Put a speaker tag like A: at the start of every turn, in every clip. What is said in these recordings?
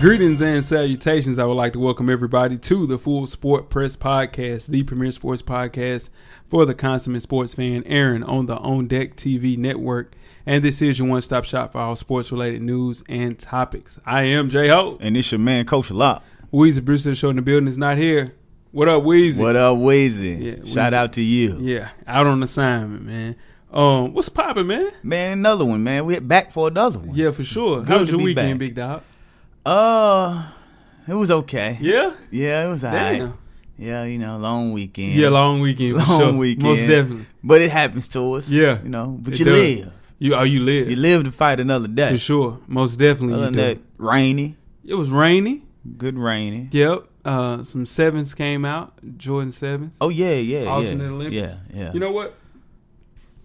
A: Greetings and salutations. I would like to welcome everybody to the Full Sport Press Podcast, the premier sports podcast for the consummate sports fan, Aaron, on the On Deck TV network. And this is your one stop shop for all sports related news and topics. I am J Ho.
B: And it's your man, Coach Lop.
A: Weezy Brewster Show in the building is not here. What up, Weezy?
B: What up, Weezy?
A: Yeah, Weezy.
B: Shout out to you.
A: Yeah, out on assignment, man. Um, what's poppin', man?
B: Man, another one, man. We're back for another one.
A: Yeah, for sure.
B: Good
A: How was
B: to
A: your
B: be
A: weekend,
B: back.
A: Big Dog?
B: Uh, it was okay.
A: Yeah?
B: Yeah, it was all right.
A: Damn.
B: Yeah, you know, long weekend.
A: Yeah, long weekend. for
B: Long
A: sure.
B: weekend.
A: Most definitely.
B: But it happens to us.
A: Yeah.
B: You know, but
A: It
B: you
A: does.
B: live.
A: You, oh, you live.
B: You live to fight another day.
A: For sure, most definitely. you
B: Other than
A: do.
B: that, rainy.
A: It was rainy.
B: Good rainy.
A: Yep. Uh, some sevens came out. Jordan sevens.
B: Oh, yeah, yeah, yeah.
A: Alternate Olympics.
B: Yeah, yeah.
A: You know what?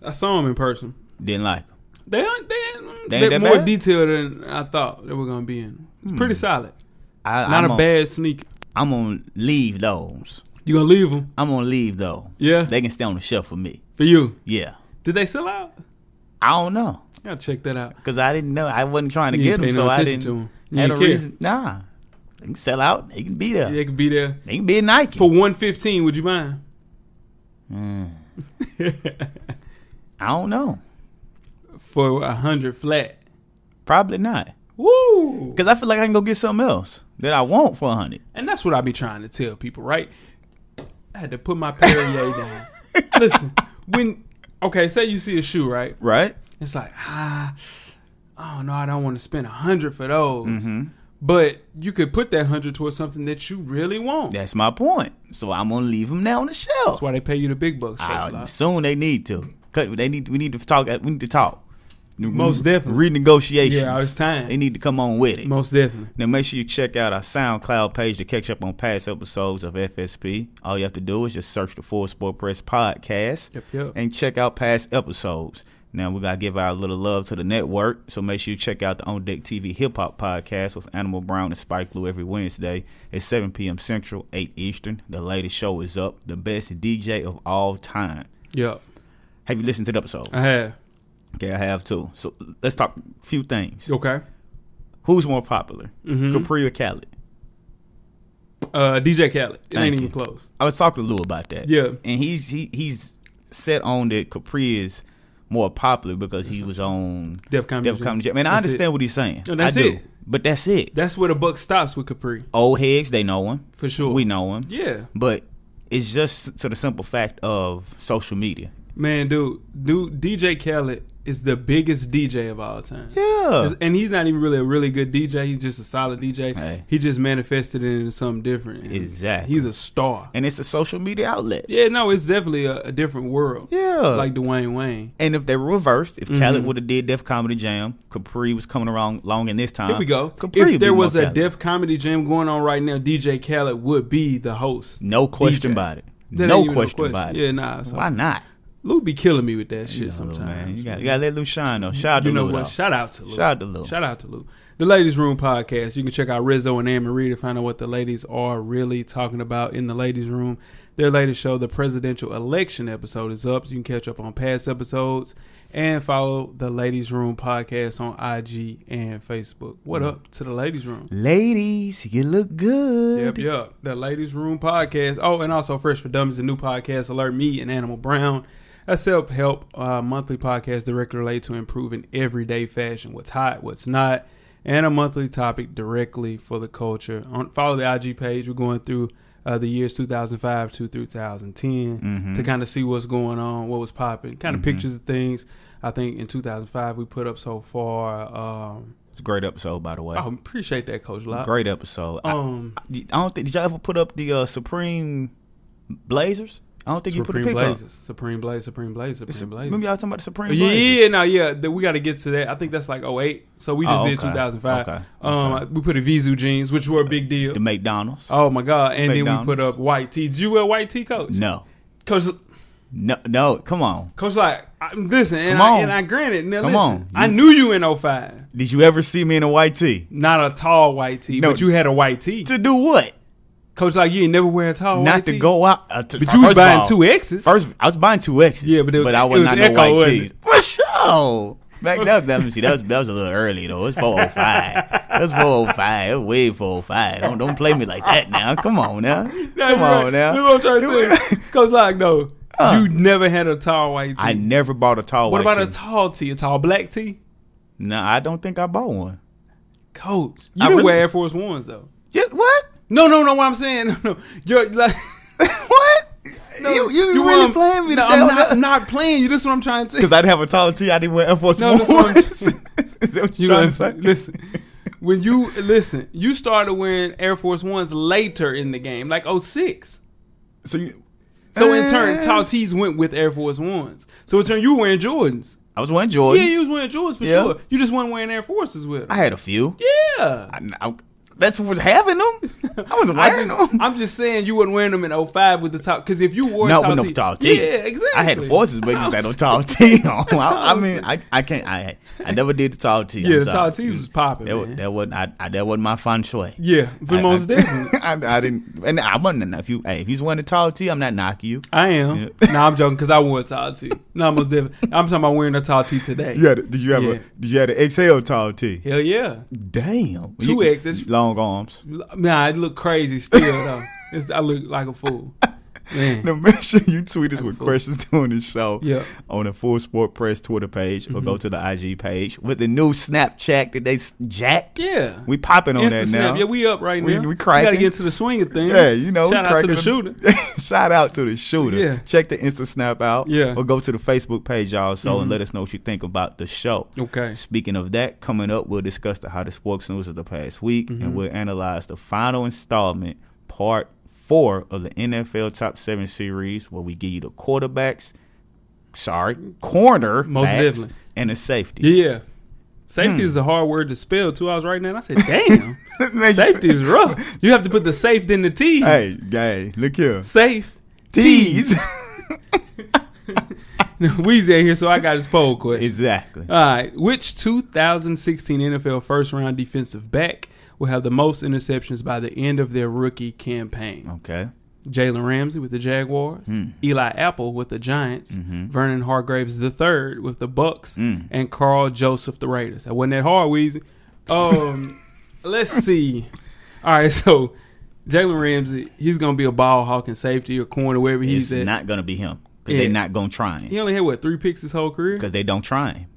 A: I saw them in person.
B: Didn't like 'em.
A: They aren't. They, ain't-
B: They
A: they're
B: ain't that
A: more
B: bad? Hmm.
A: detailed than I thought they were gonna be in. It's pretty solid.
B: I,
A: Not
B: I'm
A: a
B: on-
A: bad sneaker.
B: I'm going to leave those.
A: You gonna leave them?
B: I'm going to leave those.
A: Yeah.
B: They can stay on the shelf for me.
A: for you.
B: Yeah.
A: Did they sell out?
B: I don't know.
A: You gotta check that out.
B: Cause I didn't know I wasn't trying to
A: You
B: get
A: ain't
B: them,
A: pay
B: so
A: no
B: I
A: attention
B: didn't.
A: to 'em. You
B: Had
A: ain't
B: a
A: care.
B: reason. Nah, they can sell out. They can be there.
A: They could be there
B: They can be at Nike.
A: for one fifteen. Would you mind?
B: Mm, I don't know.
A: for a hundred flat.
B: Probably not.
A: Woo!
B: Cause I feel like I can go get something else that I want for a hundred.
A: And that's what I be trying to tell people, right? I had to put my Perrier down. Listen, when okay, say you see a shoe, right?
B: Right.
A: It's like ah, oh no, I don't want to spend a hundred for those.
B: Mm-hmm.
A: But you could put that hundred towards something that you really want.
B: That's my point. So I'm gonna leave them now on the
A: That's
B: shelf.
A: why they pay you the big bucks.
B: I-
A: Coach Locke.
B: soon they need to. Cut. They need. We need to talk. We need to talk.
A: Most definitely.
B: Renegotiations.
A: Yeah, it's time.
B: They need to come on with it.
A: Most definitely.
B: Now make sure you check out our SoundCloud page to catch up on past episodes of FSP. All you have to do is just search the Full Sport Press podcast
A: Yep, yep.
B: and check out past episodes. Now we gotta give our little love to the network, so make sure you check out the On Deck TV Hip Hop Podcast with Animal Brown and Spike Lee every Wednesday at 7 p.m. Central, 8 Eastern. The latest show is up. The best DJ of all time.
A: Yep.
B: Have you listened to the episode?
A: I have.
B: Okay, I have too. So let's talk a few things.
A: Okay.
B: Who's more popular,
A: Mhm.
B: Capri or Khaled?
A: Uh, DJ Khaled. It
B: Thank
A: ain't
B: you.
A: even close.
B: I was talking to Lou about that.
A: Yeah.
B: and he's he, he's set on that Capri is more popular because he was on
A: Def Comedy
B: Def
A: Jam.
B: Comedy Jam. And I
A: That's
B: understand
A: it.
B: what he's saying.
A: No, that's
B: I do,
A: it.
B: but that's it.
A: That's where the buck stops with Capri
B: Old heads, they know him.
A: for sure.
B: We know him.
A: Yeah.
B: But it's just to the simple fact of social media.
A: Man, dude, dude, DJ Khaled is the biggest DJ of all time.
B: Yeah,
A: And he's not even really a really good DJ. He's just a solid DJ.
B: Hey.
A: He just manifested it into something different. And
B: Exactly.
A: He's a star.
B: and it's a social media outlet.
A: yeah, no, it's definitely a, a different world.
B: Yeah,
A: Like Mm-hmm. Dwayne Wayne.
B: And if they were reversed, if Khaled would have did Def Comedy Jam, Capri was coming around long in this time.
A: Here we go.
B: Capri would
A: if
B: Uh, be
A: there
B: more
A: was a
B: popular.
A: deaf comedy jam going on right now, DJ Khaled would be the host.
B: no question
A: DJ.
B: about it.
A: That
B: no
A: ain't even
B: question,
A: a
B: about it.
A: Yeah, nah. So
B: Why not?
A: Lou be killing me with that shit
B: Yeah, Lil,
A: sometimes.
B: man. You,
A: man.
B: gotta, you gotta let Lou shine though. Shout out to
A: You know
B: Lou.
A: what?
B: though.
A: Shout out to Lou.
B: Shout out to Lou.
A: Shout out to Lou. The Ladies Room podcast. You can check out Rizzo and Anne Marie to find out what the ladies are really talking about in the Ladies Room. Their latest show, the presidential election episode, is up. So you can catch up on past episodes and follow the Ladies Room podcast on IG and Facebook. What up to the Ladies Room?
B: Ladies, you look
A: Yep,
B: good.
A: yep. The Ladies Room Podcast. Oh, and also Fresh for Dummies, the new podcast, Alert Me and Animal Brown. A self help uh, monthly podcast directly related to improving everyday fashion, what's hot, what's not, and a monthly topic directly for the culture. On, follow the IG page. We're going through uh, the years 2005 to 2010
B: Mm-hmm.
A: to kind of see what's going on, what was popping, kind of pictures of things. I think in 2005 we put up so far. Um,
B: It's a great episode, by the way.
A: I appreciate that, Coach Lott.
B: great episode. I-
A: Um,
B: I, don't think did y'all ever put up the uh, Supreme Blazers? I don't think you put a
A: Supreme
B: pick
A: Blazers,
B: up.
A: Supreme Blaze, Supreme Blaze,
B: It's-
A: Supreme Blaze.
B: Remember y'all talking about the Supreme
A: yeah,
B: Blazers?
A: yeah, no, yeah. th- We got to get to that. I think that's like 08. So we just
B: Oh,
A: did
B: okay.
A: 2005.
B: Okay.
A: Um,
B: Okay.
A: I- we put a Vizu jeans, which were a big deal.
B: The McDonald's.
A: Oh my god! And then we
B: McDonald's.
A: put up white tee. Did you wear white tee, coach?
B: No,
A: Coach,
B: no, no. Come on.
A: coach, like I, listen, and
B: Come
A: I,
B: on.
A: and I granted. Now,
B: Come
A: listen,
B: on.
A: I knew you in 05.
B: Did you ever see me in a white tee?
A: Not a tall white tee,
B: No.
A: but you had a white tee.
B: To do what?
A: Coach, like you ain't never wear a tall.
B: Not
A: white
B: to
A: tee.
B: go out. Uh, to,
A: But you was
B: first of
A: buying
B: all-
A: two X's.
B: First, I was buying two X's.
A: Yeah, but it was-
B: I
A: it
B: was
A: was
B: not
A: Echo,
B: no white
A: wasn't
B: tees. For sure. Back that was, that, was- see, that was that was a little early though. It's four oh five. That's four oh five. That's way four oh five. Don't don't play me like that now. Come on now.
A: Nah,
B: Come
A: you right.
B: on now.
A: Look what I'm trying to say. Cause like no,
B: Huh.
A: you never had a tall white tee.
B: I never bought a tall
A: what
B: white
A: about a
B: tee.
A: tall tee? A tall black tee?
B: no, I don't think I bought one.
A: Coach, you
B: I
A: didn't
B: really-
A: wear Air Force Ones though.
B: Yeah, what?
A: No, no, no. What I'm saying, no, no. You're like.
B: what? you you, really
A: um,
B: playing me?
A: No, I'm not, I'm not playing you. This is what I'm trying to say.
B: Because I didn't have a tall tee. I didn't wear Air Force
A: No, that's what I'm-
B: Ones. Is that what
A: You
B: you're trying to say?
A: listen, listen. When you listen, you started wearing Air Force Ones later in the game, like 06.
B: So you,
A: So in turn,
B: Eh.
A: tall tees went with Air Force Ones. So in turn, you were wearing Jordans.
B: I was wearing Jordans.
A: Yeah, you was wearing Jordans for
B: Yeah.
A: sure. You just weren't wearing Air Forces with them.
B: I had a few.
A: yeah.
B: I, I- that's what was having them. I was
A: I
B: wearing
A: just,
B: them.
A: I'm just saying you wouldn't wear them in 05 with the top because if you wore
B: Not
A: tall
B: with no
A: tee-
B: tall tee.
A: yeah, exactly.
B: I had the forces, but
A: That's
B: just had
A: how
B: no
A: I'm
B: tall tee on.
A: how
B: I, I
A: I'm
B: mean, I, I can't. I I never did the tall tee.
A: saying. Yeah,
B: I'm
A: the
B: sorry.
A: tall tees was popping,
B: That, wa-
A: man.
B: that wasn't. I, I, that wasn't my fun shui.
A: yeah, for
B: I-
A: most
B: I-
A: definitely.
B: I, I didn't. And I wasn't. If you, hey, if you wearing a tall tee, I'm not knocking you.
A: I am. No, I'm joking because I wore a tall tee. No, I'm most definitely. I'm talking about wearing a tall tee today.
B: Did you
A: have a- Yeah.
B: Did you have an XL tall tee?
A: Hell yeah.
B: Damn.
A: Two
B: You-
A: X's.
B: Long arms.
A: Nah, I look crazy still though. It's, I look like a fool. Man.
B: Now make sure you tweet us with
A: fool.
B: questions during the show
A: Yeah. Mm-hmm.
B: on the Full Sport Press Twitter page or go to the IG page with the new Snapchat that they s- jacked.
A: Yeah.
B: We popping on that
A: Instant snap.
B: now.
A: Yeah, we up right
B: We-
A: now.
B: we
A: gotta
B: cracking.
A: get into the swing of things.
B: Yeah, you know, we
A: Shout out to the
B: cracking
A: shooter.
B: Shout out to the shooter.
A: Yeah.
B: Check the Insta Snap out.
A: Yeah. Mm-hmm.
B: Or go to the Facebook page also and let us know what you think about the show.
A: Okay.
B: Speaking of that, coming up, we'll discuss the hottest sports news of the past week
A: Mm-hmm.
B: and we'll analyze the final installment, part four of the NFL Top Seven series, where we give you the quarterbacks, sorry, corner,
A: Most definitely.
B: and the safeties.
A: Yeah. Safety is a hard word to spell too. I was writing that. I said, damn.
B: Man,
A: safety is rough. You have to put the safe in the T's.
B: Hey, hey, look here.
A: Safe.
B: Tease.
A: Weezy ain't here, so I got his poll question.
B: exactly.
A: All right. Which 2016 NFL first round defensive back will have the most interceptions by the end of their rookie campaign?
B: Okay.
A: Jalen Ramsey with the Jaguars,
B: Hmm.
A: Eli Apple with the Giants,
B: Mm-hmm.
A: Vernon Hargraves the third with the Bucks,
B: Hmm.
A: and Carl Joseph the Raiders. That wasn't that hard, Weezy. Um, let's see. All right, so Jalen Ramsey, he's gonna be a ball hawk and safety or corner wherever
B: It's
A: he's at.
B: not gonna be him because
A: Yeah.
B: they're not gonna try him
A: he only had what three picks his whole career,
B: because they don't try him.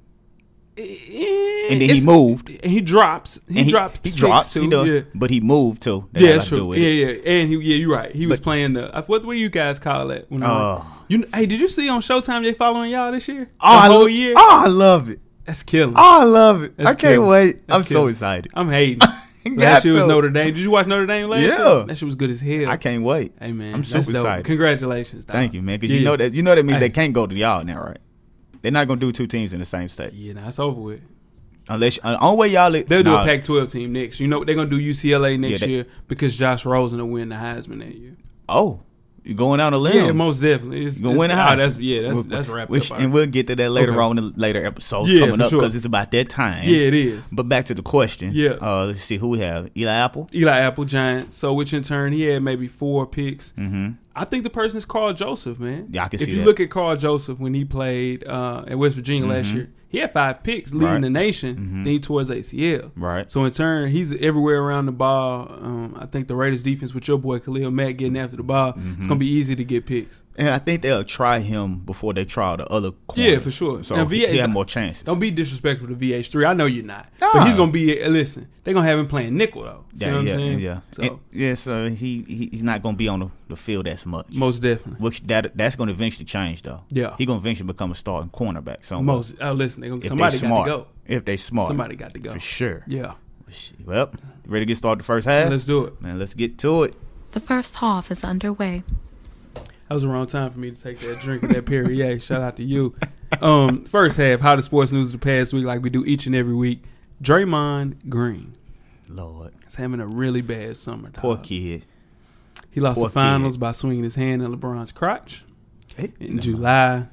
A: and
B: And then he moved.
A: And he drops. He
B: and
A: drops.
B: He,
A: sticks
B: drops.
A: too.
B: he does.
A: Yeah.
B: But he moved too. They
A: Yeah,
B: had
A: that's
B: nothing to do
A: true.
B: with
A: Yeah,
B: it.
A: yeah, and he, yeah, you're right. He was playing the uh, what? What do you guys call it? When uh,
B: Oh.
A: you hey, did you see on Showtime they following y'all this year?
B: Oh, I
A: the whole
B: lo-
A: year.
B: oh, I love it.
A: That's killing.
B: Oh, I love it.
A: That's
B: I can't
A: killing.
B: wait.
A: That's
B: I'm so
A: killing.
B: excited.
A: I'm hating.
B: Yeah,
A: Last year was
B: so-
A: Notre Dame. Did you watch Notre Dame last
B: Yeah.
A: year? That shit was good as hell.
B: I can't wait.
A: Hey man,
B: I'm
A: that's
B: super
A: dope.
B: excited.
A: Congratulations. dog.
B: Thank you, man. Because
A: Yeah.
B: you know that you know that means
A: Hey.
B: they can't go to y'all now, right? They're not gonna do two teams in the same state
A: Yeah, nah, it's over with.
B: unless uh, only way y'all.
A: They'll do a
B: nah,
A: Pac-12 team next. You know what they're gonna do UCLA next
B: they-
A: year because Josh Rosen will win the Heisman that year.
B: Oh, you going out on a limb?
A: Yeah, most definitely. It's,
B: You gonna win
A: it's-
B: the
A: oh,
B: house.
A: that's yeah, that's that's wrapped
B: which,
A: up.
B: And we'll get to that later
A: Okay.
B: on in the later episodes
A: Yeah,
B: coming
A: for
B: up
A: sure.
B: because it's about that time.
A: yeah, it is.
B: But back to the question.
A: Yeah.
B: Uh, let's see who we have. Eli Apple.
A: Eli Apple Giants. So which in turn he had maybe four picks.
B: Mm-hmm.
A: I think the person is Carl Joseph, man.
B: Yeah, I can
A: if
B: see
A: you
B: that.
A: look at Carl Joseph when he played uh, at West Virginia last year, he had five picks leading
B: Mm-hmm. Right.
A: the nation.
B: Mhm.
A: Then he tore his ACL.
B: Right.
A: So in turn, he's everywhere around the ball. Um, I think the Raiders defense with your boy Khalil Mack getting after the ball,
B: Mm-hmm.
A: it's gonna be easy to get picks.
B: And I think they'll try him before they try the other. Corners.
A: Yeah, for sure.
B: So
A: Now,
B: he,
A: VA
B: he had more chances.
A: Don't be disrespectful to VH3. I know you're not, but
B: Nah.
A: he's gonna be. Listen, they're gonna have him playing nickel though. See
B: yeah,
A: what I'm
B: yeah,
A: saying?
B: yeah.
A: So
B: And- yeah. So he, he he's not going to be on the, the field as much.
A: most definitely.
B: Which that that's going to eventually change though.
A: Yeah.
B: He going to eventually become a starting cornerback. So
A: Most. Oh, listen, they gonna,
B: if
A: somebody
B: they smart,
A: got to go.
B: if they smart,
A: Somebody got to go.
B: for sure.
A: Yeah.
B: Well, ready to get started the first half.
A: Let's do it.
B: Man, let's get to it.
C: The first half is underway.
A: That was the wrong time for me to take that drink of that Perrier. Shout out to you. Um, first half, how the sports news of the past week, like we do each and every week. Draymond Green
B: Lord,
A: is having a really bad summer. dog.
B: poor kid.
A: He lost
B: poor
A: the finals by swinging his hand in LeBron's crotch in July.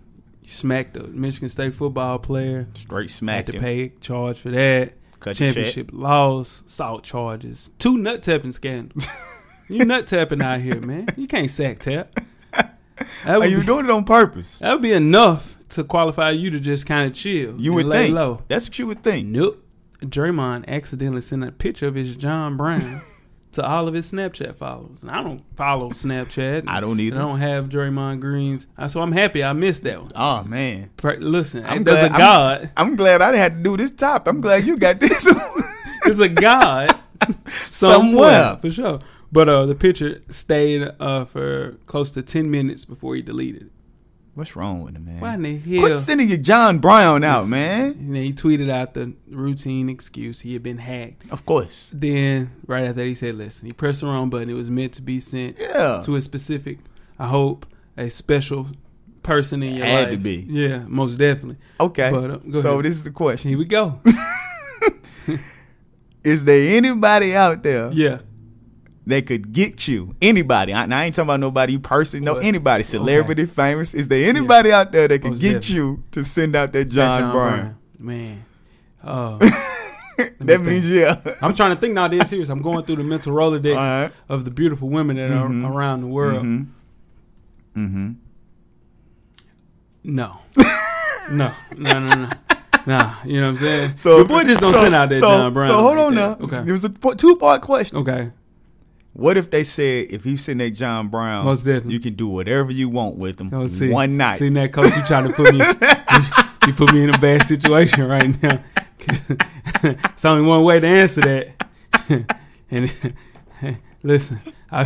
A: He smacked a Michigan State football player.
B: Straight
A: Had
B: smacked
A: to
B: him.
A: pay a charge for that.
B: Cut the check.
A: Championship loss, salt charges, two nut tapping scandals. you nut tapping out here, man. You can't sack tap. That
B: Are
A: would
B: you
A: be-
B: doing it on purpose?
A: That would be enough to qualify you to just kind of chill.
B: You
A: and
B: would
A: lay
B: think.
A: low.
B: That's what you would think.
A: Nope. Draymond accidentally sent a picture of his John Brown to all of his Snapchat followers. And I don't follow Snapchat.
B: I don't
A: And
B: either.
A: I don't have Draymond Green's. Uh, So I'm happy I missed that one.
B: Oh man.
A: Pra- Listen,
B: I'm
A: it- there's a
B: glad-
A: God.
B: I'm glad I didn't have to do this top. I'm glad you got this one.
A: There's a God somewhere.
B: Somewhere.
A: For sure. But uh, the picture stayed uh, for close to 10 minutes before he deleted it.
B: What's wrong with him, man?
A: Why in the hell?
B: Quit sending your John Brown out,
A: Listen,
B: man.
A: And then he tweeted out the routine excuse he had been hacked.
B: Of course.
A: Then right after that, he said, "Listen." He pressed the wrong button. It was meant to be sent
B: Yeah.
A: to a specific. I hope a special person in your
B: Had
A: life.
B: to be.
A: Yeah, most definitely.
B: Okay.
A: But, uh, go
B: so
A: ahead.
B: this is the question:
A: Here we go.
B: Is there anybody out there
A: yeah,
B: that could get you? Anybody? I, now, I ain't talking about nobody you personally know.
A: What?
B: Anybody,
A: Okay.
B: celebrity, famous? Is there anybody out there that could
A: Most
B: get
A: definitely.
B: you to send out that
A: That
B: John, Brown?
A: man. Oh, me
B: that means
A: think.
B: yeah.
A: I'm trying to think now. This serious. I'm going through the mental rolodex
B: All right.
A: of the beautiful women that
B: Mhm.
A: are around the world.
B: Mm-hmm. mm-hmm.
A: No. no, no, no, no. Nah, you know what I'm saying.
B: So
A: So your boy just don't
B: so-
A: send out that
B: so,
A: John Brown.
B: So hold
A: like
B: on
A: that.
B: now. It
A: Okay.
B: was a two part question.
A: Okay.
B: What if they said if you send that John Brown,
A: Most definitely.
B: you can do whatever you want with him
A: Oh, see,
B: one night.
A: See that coach, you trying to put me, you, you put me in a bad situation right now. it's only one way to answer that. and listen, I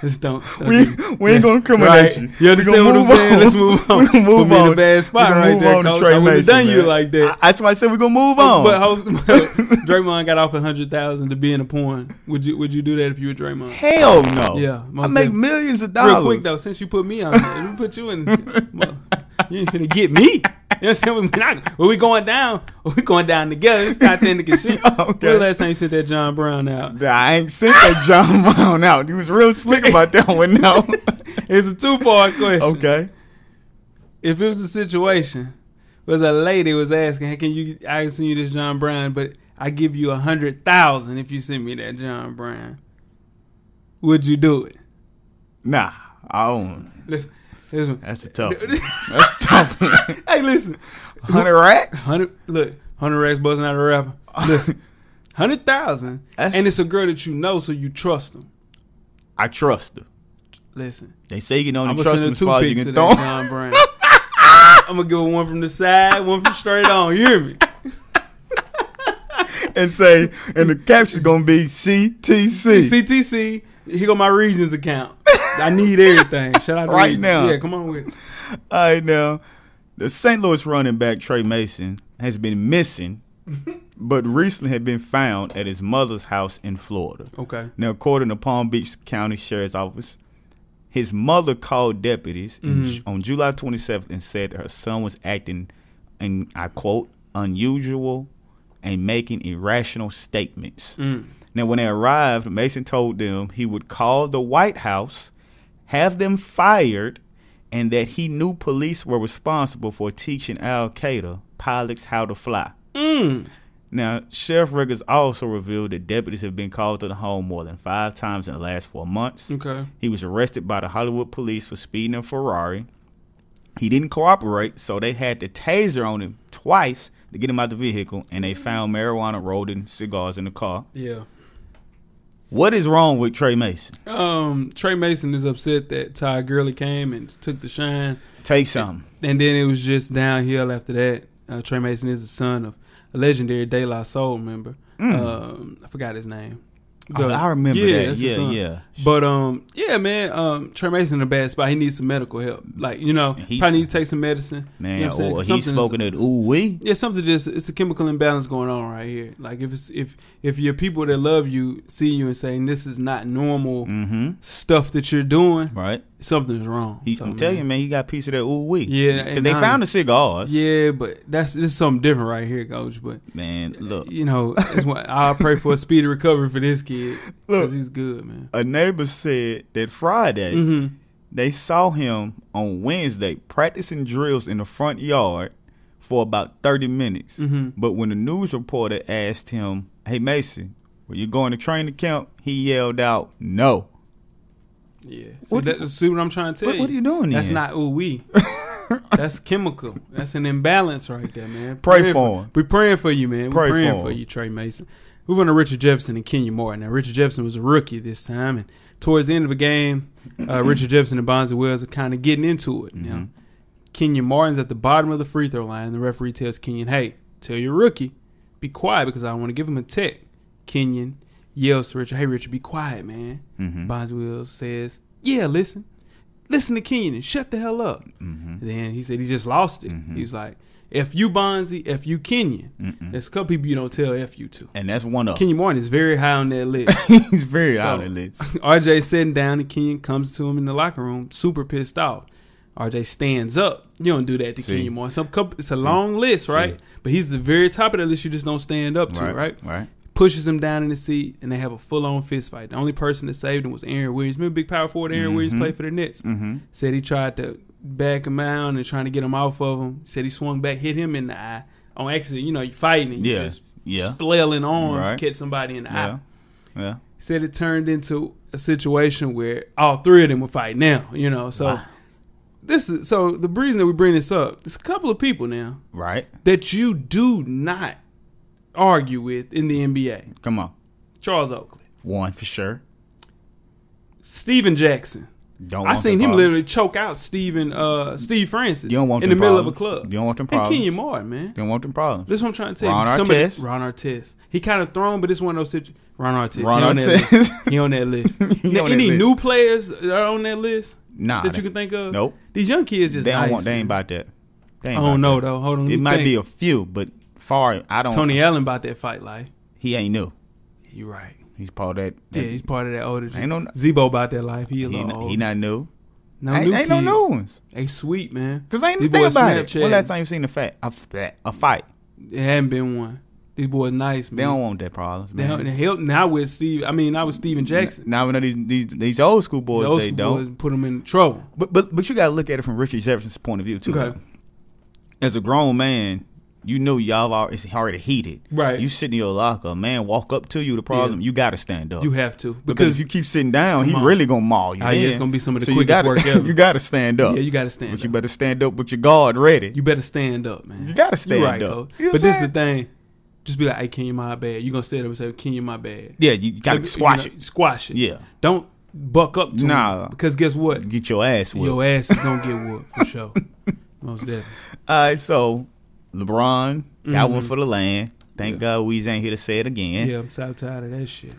A: just don't.
B: we we ain't gonna incriminate you.
A: You
B: We
A: understand
B: gonna
A: what I'm
B: move
A: saying?
B: on.
A: Let's move on.
B: We gonna
A: Put
B: move
A: me in
B: on.
A: a bad spot
B: We gonna
A: right
B: move
A: there,
B: on to
A: coach.
B: Trey
A: I wouldn't have
B: Mason,
A: done you
B: man.
A: like that.
B: I- that's why I said we're gonna move on.
A: But how- Draymond got off a hundred thousand to be in a porn. Would you would you do that if you were Draymond?
B: Hell no.
A: Yeah,
B: I
A: most
B: make
A: definitely.
B: millions of dollars.
A: Real quick though, since you put me on, there, we put you in. Well, you ain't finna get me. You understand? We not, when we going down, we going down together. It's Titanic and shit.
B: Okay.
A: When the last time you sent that John Brown out?
B: Nah, I ain't sent that John Brown out. He was real slick about that one. Now,
A: It's a two part question.
B: okay.
A: If it was a situation, was a lady was asking, hey, "Can you? I can send you this John Brown, but I give you a hundred thousand if you send me that John Brown." Would you do it?
B: Nah, I don't.
A: Listen, listen.
B: That's a tough. One. That's a tough. One.
A: Hey, listen.
B: Hundred racks.
A: Hundred look, hundred racks buzzing out a rapper. Listen, hundred thousand,
B: That's-
A: and it's a girl that you know, so you trust them.
B: I trust her.
A: Listen,
B: They say you can
A: I'm
B: only
A: gonna
B: trust them
A: send
B: as
A: her
B: far
A: two
B: as you
A: pics to
B: can
A: that
B: throw.
A: John
B: 'em.
A: Brown. I'm gonna give her one from the side, one from straight on. You hear me?
B: and say, and the caption's gonna be CTC.
A: CTC, here go my regions account. I need everything. Shout out to
B: Right
A: regions.
B: now.
A: Yeah, come on with it.
B: All right, now the St. Louis running back Trey Mason has been missing, but recently had been found at his mother's house in Florida.
A: Okay.
B: Now, according to Palm Beach County Sheriff's Office, his mother called deputies in Ju- on July 27th and said that her son was acting, and I quote, unusual and making irrational statements. Now, when they arrived, Mason told them he would call the White House, have them fired, and that he knew police were responsible for teaching Al Qaeda pilots how to fly. Hmm, Now, sheriff records also revealed that deputies have been called to the home more than five times in the last four months.
A: Okay.
B: He was arrested by the Hollywood police for speeding a Ferrari. He didn't cooperate, so they had the taser on him twice to get him out the vehicle, and they found marijuana rolled in cigars in the car.
A: Yeah.
B: What is wrong with Trey Mason?
A: Um, Trey Mason is upset that Ty Gurley came and took the shine.
B: Take something.
A: And then it was just downhill after that. Uh, Trey Mason is the son of a legendary De La Soul member. Um, I forgot his name.
B: I- Mm. Oh, I remember that.
A: that's his
B: Yeah,
A: son.
B: yeah.
A: But um, yeah, man. Um, Trey Mason in a bad spot. He needs some medical help. Like you know,
B: He's-
A: probably need to take some medicine.
B: Man,
A: you know what I'm saying?
B: or
A: 'Cause
B: he's
A: something's-
B: spoken at ooh wee.
A: yeah, something just it's a chemical imbalance going on right here. Like if it's if if your people that love you see you and saying this is not normal
B: Mm-hmm.
A: stuff that you're doing,
B: Right.
A: something's wrong.
B: He,
A: So,
B: I'm
A: man.
B: telling you, man, he got a piece of that ooh wee.
A: Yeah,
B: Because
A: and
B: they
A: I-
B: found the cigars.
A: Yeah, but that's this is something different right here, coach. But
B: Man, look.
A: you know, it's what I pray for a speedy recovery for this kid
B: Look.
A: because he's good, man.
B: A neighbor said that Friday
A: Mm-hmm.
B: they saw him on Wednesday practicing drills in the front yard for about 30 minutes.
A: Mhm.
B: But when the news reporter asked him, "Hey Mason, were you going to training camp?" he yelled out, "No."
A: Yeah. See
B: What-
A: what, that, see what I'm trying to tell
B: What-
A: you.
B: what are you doing
A: That's
B: then?
A: not ooh we. That's chemical. That's an imbalance right there, man.
B: Pray
A: Praying
B: for him.
A: We're praying for you, man. We're
B: Pray
A: praying
B: for
A: for,
B: him.
A: you, Trey Mason. Moving to Richard Jefferson and Kenya Moore. Now, Richard Jefferson was a rookie this time, and towards the end of the game, uh, Richard Jefferson and Bonzi Wells are kind of getting into it. Now,
B: Mhm.
A: Kenyon Martin's at the bottom of the free throw line. The referee tells Kenyon, hey, tell your rookie, be quiet because I want to give him a tech. Kenyon yells to Richard, hey, Richard, be quiet, man.
B: Mhm.
A: Bonzi Wells says, yeah, listen. Listen to Kenyon and shut the hell up.
B: Mhm.
A: Then he said he just lost it.
B: Mhm.
A: He's like, if you Bonzi, if you Kenyon.
B: Mm-mm.
A: There's a couple people you don't tell F you to.
B: And that's one of them.
A: Kenyon Martin is very high on that list.
B: He's very out
A: So-
B: of it.
A: RJ sitting down and Kenyon comes to him in the locker room, super pissed off. RJ stands up. You don't do that to
B: See.
A: Kenyon Martin. Some couple, it's a long list, right? But he's the very top of the list you just don't stand up to, right?
B: Right.
A: Pushes him down in the seat and they have a full on fist fight. The only person that saved him was Aaron Williams. Remember big power forward Aaron Williams
B: Mhm.
A: played for the Nets.
B: Mm-hmm.
A: Said he tried to back him out and trying to get him off of him. Said he swung back, hit him in the eye. On accident, you know, you fighting and you
B: Yeah.
A: just
B: Yeah.
A: flailing arms
B: Right.
A: catch somebody in the
B: Yeah.
A: eye.
B: Yeah.
A: Said it turned into a situation where all three of them were fighting now, you know. So
B: Wow.
A: this is so the reason that we bring this up, there's a couple of people now
B: Right.
A: that you do not argue with in the NBA.
B: Come on.
A: Charles Oakley.
B: One for sure.
A: Steven Jackson.
B: Don't.
A: I
B: want
A: seen him
B: them problems.
A: literally choke out Steven uh Steve Francis
B: You don't want
A: in the
B: them
A: middle of a
B: problems.
A: club.
B: You don't want them
A: and
B: problems.
A: Kenya Moore, man.
B: Don't want them problems.
A: This is what I'm trying to tell you.
B: Ron
A: Somebody-
B: Artest.
A: Ron Artest. He kind of thrown, but it's one of those situations. Ron Artest.
B: Ron
A: he on that
B: Artest.
A: list. He on that list.
B: He
A: now,
B: on that
A: any
B: list.
A: new players that are on that list
B: Nah.
A: that you
B: they-
A: can think of?
B: nope.
A: These young kids
B: They
A: just
B: don't
A: nice,
B: want. They ain't
A: man.
B: about that. They
A: I
B: ain't
A: don't
B: about
A: know
B: that.
A: though. Hold on. let
B: It
A: me
B: might
A: think.
B: be a few, but far I don't.
A: Tony Allen about that fight life.
B: He ain't new.
A: You right.
B: He's part of that.
A: Yeah, he's part of that older.
B: Ain't no-
A: gen- Zebo about that life. He a
B: he,
A: little
B: not,
A: old.
B: he not new.
A: no
B: ain't
A: new
B: ain't no
A: kids.
B: new ones.
A: They sweet man.
B: Cause I ain't
A: These
B: think
A: boys
B: about it.
A: Snapchat.
B: When last time you seen a fat a, fa- a fight?
A: It hadn't been one. These boys nice man.
B: They don't want that problems,
A: Mm. They
B: man.
A: don't- they help now with Steve. I mean, now with Steven Jackson.
B: Now we know these these, these old school boys.
A: Those
B: they don't.
A: boys put him in trouble.
B: But but but you gotta look at it from Richard Jefferson's point of view too.
A: Okay.
B: As a grown man, you know y'all are it's already heated.
A: Right.
B: You sit in your locker, a man walk up to you the problem, you gotta stand up.
A: You have to
B: because,
A: because
B: if you keep sitting down, he
A: Come on.
B: really gonna maul you.
A: Oh, yeah, it's
B: then.
A: gonna be some of the
B: so you
A: quickest
B: gotta,
A: work ever.
B: you gotta stand up.
A: yeah, you got to stand.
B: but
A: up.
B: you better stand up with your guard ready.
A: You better stand up, man.
B: You gotta stand up.
A: Coach.
B: You know
A: but
B: what
A: this
B: I'm
A: is the thing. Just be like, hey, Kenya, my bad. you going to stand up and say, Kenya, my bad.
B: yeah, you gotta
A: Like,
B: squash
A: you know, Squash it.
B: it. Yeah.
A: Don't buck up to
B: Nah.
A: him, Because guess what?
B: Get your ass whipped.
A: Your ass is going to get whooped for sure. Most definitely.
B: All right, so LeBron got one
A: Mhm.
B: for the land. Thank God Weezy ain't here to say it again.
A: Yeah, I'm so tired of that shit.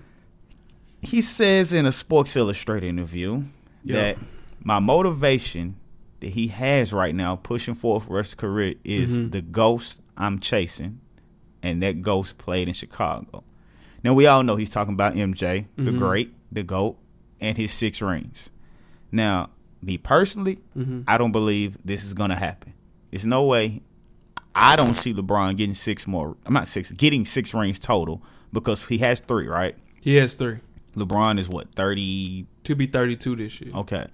B: He says in a Sports Illustrated interview
A: Yeah.
B: that my motivation that he has right now pushing forward for his career is
A: Mhm.
B: the ghost I'm chasing, and that ghost played in Chicago. Now we all know he's talking about MJ, the
A: Mhm.
B: great, the GOAT, and his six rings. Now, me personally,
A: Mhm.
B: I don't believe this is gonna happen. There's no way I don't see LeBron getting six more I'm not six getting six rings total because he has three, right?
A: He has three.
B: LeBron is what thirty.
A: To be 32 this year.
B: Okay,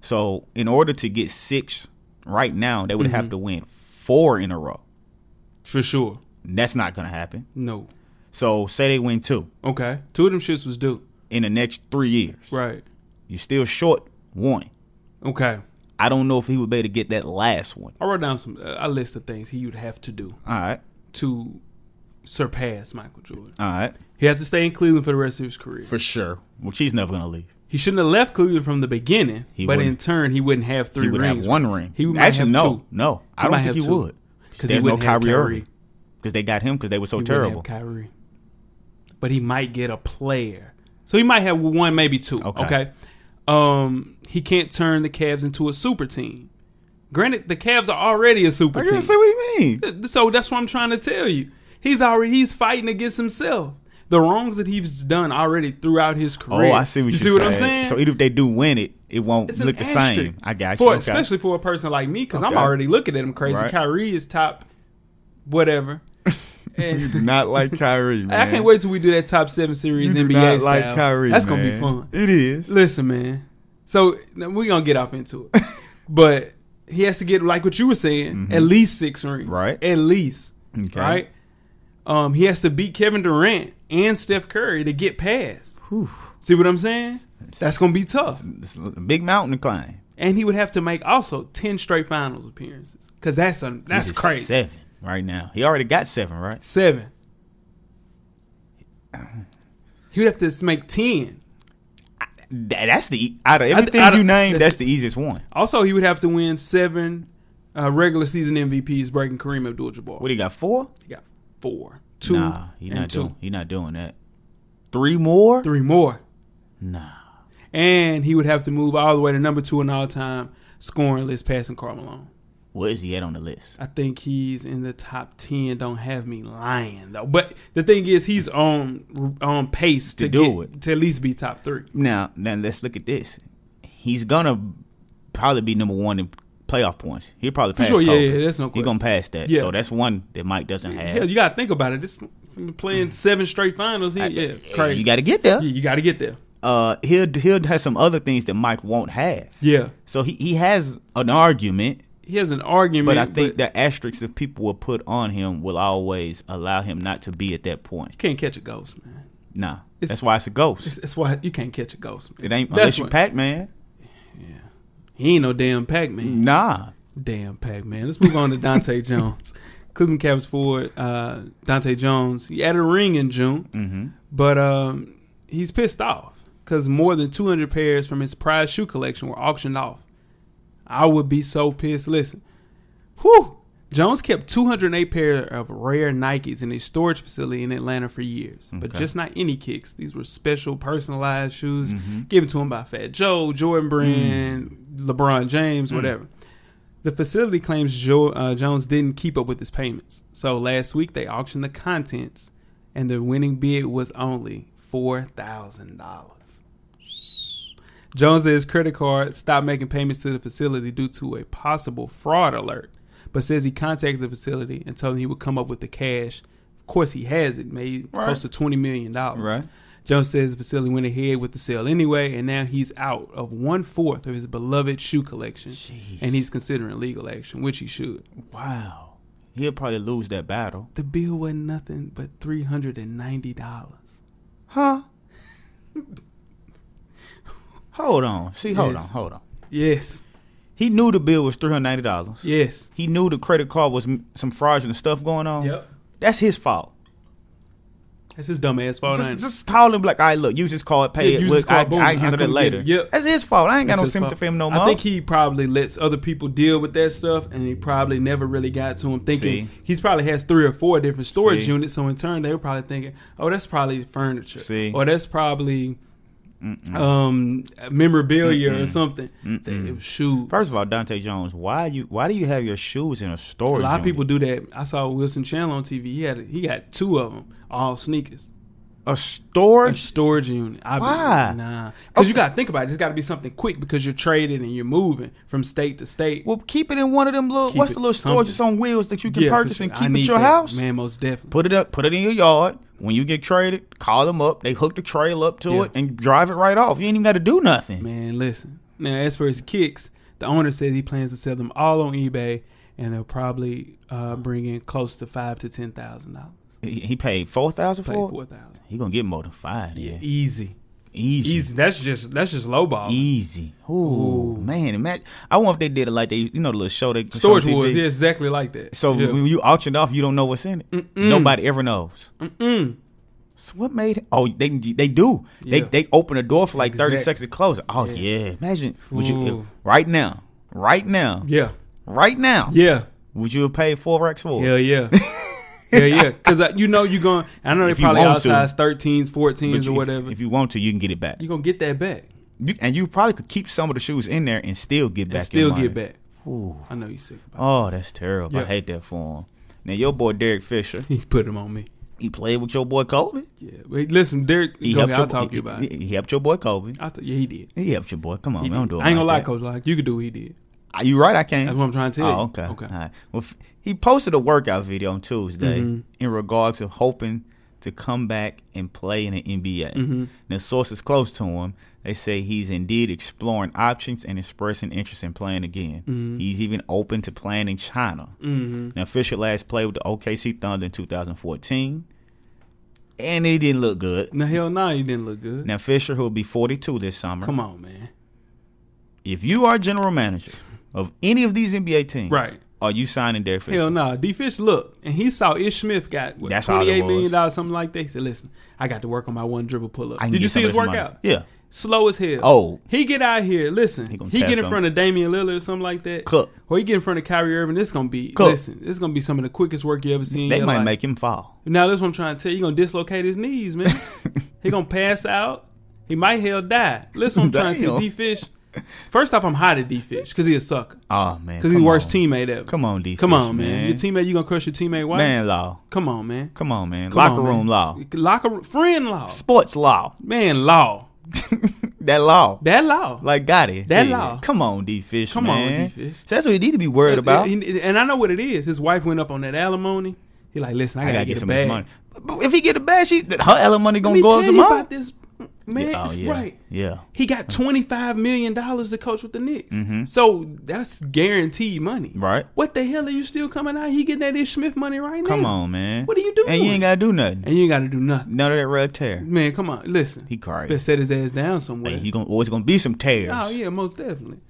B: so in order to get six right now, they would
A: Mm-hmm.
B: have to win four in a row.
A: For sure.
B: And That's not going to happen.
A: No.
B: So say they win two
A: Okay. Two of them shits was due.
B: in the next three years,
A: Right.
B: you're still short one.
A: Okay.
B: I don't know if he would be able to get that last one.
A: I wrote down some, uh, I list of things he would have to do
B: All right,
A: to surpass Michael Jordan.
B: all right,
A: He has to stay in Cleveland for the rest of his career.
B: for sure. Which he's never going to leave.
A: He shouldn't have left Cleveland from the beginning,
B: He
A: but in
B: wouldn't.
A: turn, he wouldn't have three
B: He would
A: rings.
B: have one ring.
A: He might
B: actually
A: have
B: no,
A: two.
B: no. I
A: He might
B: don't think
A: have
B: he
A: two.
B: would.
A: 'Cause he
B: There's no
A: wouldn't have
B: Kyrie
A: Kyrie.
B: Irving because they got him because they were so
A: He wouldn't
B: terrible.
A: have Kyrie. But he might get a player. So he might have one, maybe two. Okay.
B: Okay.
A: Um, he can't turn the Cavs into a super team. Granted, the Cavs are already a super
B: I gotta
A: team.
B: say what do you mean.
A: So that's what I'm trying to tell you. He's already he's fighting against himself. The wrongs that he's done already throughout his career.
B: Oh, I see what
A: you
B: you
A: see what I'm
B: said.
A: saying.
B: So even if they do win it, it won't
A: It's an
B: look the
A: asterisk.
B: same. I got you.
A: For,
B: okay.
A: Especially for a person like me, because I'm
B: Okay.
A: already looking at him crazy.
B: Right.
A: Kyrie is top, whatever.
B: you
A: And
B: do not like Kyrie, man.
A: I can't wait till we do that top seven series
B: You do
A: NBA
B: not
A: style.
B: like Kyrie.
A: That's gonna be
B: man.
A: fun.
B: It is.
A: Listen, man. So we're gonna get off into it, but he has to get like what you were saying, at least six rings,
B: Mm-hmm. Right.
A: At least,
B: Okay.
A: right? Um, he has to beat Kevin Durant and Steph Curry to get past. See what I'm saying? That's gonna be tough.
B: It's a big mountain to climb.
A: and he would have to make also ten straight finals appearances because that's a, that's
B: He's at
A: crazy.
B: Seven right now. He already got seven, right?
A: Seven. He would have to make ten.
B: Th- That's the e- out of
A: I-
B: everything
A: out of-
B: you named.
A: that's-
B: That's the easiest one.
A: Also, he would have to win seven uh, regular season MVPs, breaking Kareem Abdul-Jabbar.
B: What he got? Four?
A: he got four, two,
B: nah, he
A: and
B: not
A: two,
B: doing. He not doing that. Three more?
A: three more,
B: Nah.
A: and he would have to move all the way to number two in all time scoring list, passing Karl Malone.
B: What is he at on the list?
A: I think he's in the top ten. Don't have me lying though. But the thing is, he's on on pace to,
B: To do
A: get- to at least be top three.
B: Now, now let's look at this. He's gonna probably be number one in playoff points. He'll probably
A: For
B: pass.
A: sure, yeah,
B: Kobe.
A: yeah, that's no
B: He's
A: question.
B: gonna pass that.
A: Yeah.
B: So that's one that Mike doesn't have.
A: Hell, you gotta think about it. This playing seven straight finals. He,
B: Hmm. I- eh,
A: yeah, crazy.
B: You got to get there.
A: yeah, you got to get there.
B: Uh, he'll he'll have some other things that Mike won't have.
A: Yeah,
B: So he, he has an argument,
A: he has an argument,
B: but I think the asterisks that people will put on him will always allow him not to be at that point.
A: can't catch a ghost, man.
B: Nah,
A: It's-
B: that's why it's a ghost.
A: That's why you can't catch a ghost. Man.
B: It ain't
A: That's
B: unless you
A: what-
B: Pac Man.
A: He ain't no damn Pac Man.
B: Nah,
A: Mm. Damn Pac Man. Let's move on to Dante Jones. Cleveland Cavs forward uh, Dante Jones. He added a ring in June, but um, he's pissed off because more than 200 pairs from his prized shoe collection were auctioned off. I would be so pissed. Listen, whew. Jones kept 208 pair of rare Nikes in his storage facility in Atlanta for years, but
B: Okay.
A: just not any kicks. These were special, personalized shoes given to him by Fat Joe, Jordan Brand, LeBron James, whatever. The facility claims jo- uh, Jones didn't keep up with his payments. So last week they auctioned the contents, and the winning bid was only four thousand dollars. Jones says credit card stopped making payments to the facility due to a possible fraud alert, but says he contacted the facility and told them he would come up with the cash. Of course, he has it made
B: Right.
A: close to twenty million dollars.
B: Right.
A: Jones says the facility went ahead with the sale anyway, and now he's out of one fourth of his beloved shoe collection,
B: Jeez.
A: and he's considering legal action, which he should.
B: wow. He'll probably lose that battle.
A: The bill wasn't nothing but three hundred and ninety dollars.
B: Huh? hold on. See, hold
A: Yes.
B: on, hold on.
A: Yes,
B: He knew the bill was three hundred ninety dollars.
A: yes,
B: He knew the credit card was m- some fraudulent stuff going on.
A: Yep.
B: That's his fault.
A: that's his dumb ass fault. ain't
B: Just,
A: it?
B: just call him like, all right, look, use his card, pay
A: Oh, Yeah,
B: it.
A: use
B: Look,
A: his card,
B: I,
A: boom,
B: I
A: I
B: handle
A: come
B: it
A: get
B: later.
A: it. Yep.
B: That's his fault. I ain't got
A: That's
B: no
A: his
B: sympathy
A: fault.
B: for him no more.
A: I think he probably lets other people deal with that stuff, and he probably never really got to him. Thinking
B: See?
A: he's probably has three or four different storage
B: See?
A: units, so in turn they were probably thinking, "Oh, that's probably furniture,
B: See?
A: or that's probably um memorabilia or something." It was shoes.
B: First of all, Dante Jones, why you why do you have your shoes in a
A: a
B: storage?
A: lot of
B: unit?
A: people do that. I saw Wilson Chandler on TV. He had a, he got two of them, all sneakers.
B: a
A: A
B: storage.
A: storage unit. I
B: Why?
A: Be, nah, because you got to think about it. It's got to be something quick because you're trading and you're moving from state to state.
B: Well, keep it in one of them little.
A: Keep
B: what's
A: it
B: the little storage that's on wheels that you can
A: Yeah, for
B: purchase
A: sure.
B: and
A: I
B: keep
A: need
B: at your
A: that.
B: house?
A: man. Most definitely.
B: Put it up. Put it in your yard. When you get traded, call them up. They hook the trail up to
A: Yeah.
B: it and drive it right off. You ain't even got to do nothing.
A: Man, listen. Now, as for his kicks, the owner says he plans to sell them all on eBay, and they'll probably uh, bring in close to five to ten thousand dollars.
B: He, he paid four thousand
A: Play
B: for.
A: four
B: it?
A: thousand.
B: He gonna get more than five. Yeah,
A: Easy,
B: easy,
A: easy. That's just that's just low ball.
B: easy. Ooh, man, imagine. I wonder if they did it like they, you know, the little show they show on
A: Storage
B: TV.
A: wars, yeah, exactly like that.
B: So
A: yeah.
B: when you auctioned off, you don't know what's in it. Nobody ever knows.
A: Mm.
B: So what made? Oh, they they do.
A: Yeah.
B: They they open the door for like thirty
A: Exact-
B: seconds to close it. Oh yeah, imagine. Would you
A: Ooh.
B: if, right now? Right now?
A: yeah,
B: Right now?
A: yeah,
B: Would you have paid four X for? it?
A: hell yeah. yeah, yeah, because you know you're going. I know they
B: If you
A: probably
B: want to.
A: outsized 13s, 14s,
B: But
A: or
B: if-
A: whatever.
B: If you want to, you can get it back.
A: you're gonna get that back.
B: You, and you probably could keep some of the shoes in there and still get
A: And
B: back.
A: still
B: your money.
A: get back.
B: Ooh.
A: I know you sick about.
B: Oh, that's terrible.
A: Yeah.
B: I hate that for him. Now your boy Derek Fisher,
A: it. He put him on me.
B: he played with your boy Kobe.
A: Yeah, but listen, Derek.
B: He
A: go ahead, I'll
B: your,
A: talk to
B: he,
A: you about it.
B: He, he helped your boy Kobe.
A: I th- yeah, he did.
B: He helped your boy. Come on,
A: He
B: man, don't
A: did.
B: do it.
A: I ain't gonna lie,
B: like that.
A: Coach. Like you could do what he did.
B: Are Ah, you right? I can't.
A: That's what I'm trying to tell you.
B: Oh, okay.
A: Okay.
B: All right. Well, f- he posted a workout video on Tuesday
A: Mm-hmm.
B: in regards to hoping to come back and play in the NBA.
A: Mm-hmm.
B: Now, sources close to him, they say he's indeed exploring options and expressing interest in playing again.
A: Mm-hmm.
B: He's even open to playing in China. Now, Fisher last played with the OKC Thunder in 2014, and it didn't
A: Mm-hmm.
B: look good.
A: Now hell, nah, you didn't look good.
B: Now, Fisher, who will be 42 this summer,
A: Come on, man.
B: If you are general manager of any of these NBA teams,
A: Right.
B: are you signing Derek Fisher?
A: Hell no, D Fish look, and he saw Ish Smith got what,
B: That's all it
A: twenty eight million
B: was.
A: dollars, something like that. He said, "Listen, I got to work on my one dribble pull up."
B: I can
A: Did
B: get
A: you see his
B: somebody
A: workout?
B: some money. Yeah.
A: slow as hell.
B: Oh.
A: he get out here. Listen,
B: He gonna
A: he,
B: test
A: get in
B: him.
A: front of Damian Lillard or something like that.
B: Cook.
A: or he get in front of Kyrie Irving. This gonna be
B: Cook.
A: listen. This gonna be some of the quickest work you ever seen. in
B: They
A: your
B: might
A: life.
B: make him fall.
A: Now that's what I'm trying to tell you. He gonna dislocate his knees, man. he gonna pass out. He might hell die. Listen, what I'm trying to tell
B: Damn.
A: D Fish. First off, I'm hot at D Fish because he a sucker.
B: Oh man,
A: Because he's
B: come
A: the worst
B: on.
A: teammate ever.
B: Come on, D.
A: Come
B: Fish,
A: on, man. Your teammate, you gonna crush your teammate? Why?
B: man law.
A: Come on, man.
B: Come on, man.
A: Come
B: Locker
A: on, man.
B: room law.
A: Locker room friend law.
B: Sports law.
A: Man law.
B: that law.
A: That law.
B: Like got it.
A: That
B: Yeah.
A: law.
B: Come on, D Fish.
A: Come on, Uh,
B: man.
A: D-Fish.
B: So that's what you need to be worried about.
A: And, and I know what it is. His wife went up on that alimony. He like, listen, I
B: I
A: gotta,
B: gotta
A: get,
B: get
A: a
B: some of this
A: bag.
B: money. But if he get a bag, she her alimony
A: Let
B: gonna
A: me
B: go
A: tell
B: up to
A: you
B: mine.
A: about this, man.
B: Yeah, oh,
A: it's
B: yeah.
A: Right.
B: Yeah.
A: He got twenty five million dollars to coach with the Knicks, so that's guaranteed money.
B: Mm-hmm. Right.
A: What the hell are you still coming out? He getting that Ish Smith money right now.
B: Come on, man.
A: What are you
B: And you
A: doing?
B: ain't gotta do nothing.
A: and you ain't got to do nothing,
B: None of that red tear.
A: man. Come on, listen.
B: He crazy.
A: Better set his ass down somewhere.
B: Hey, he gonna always gonna be some tears.
A: oh yeah, most definitely.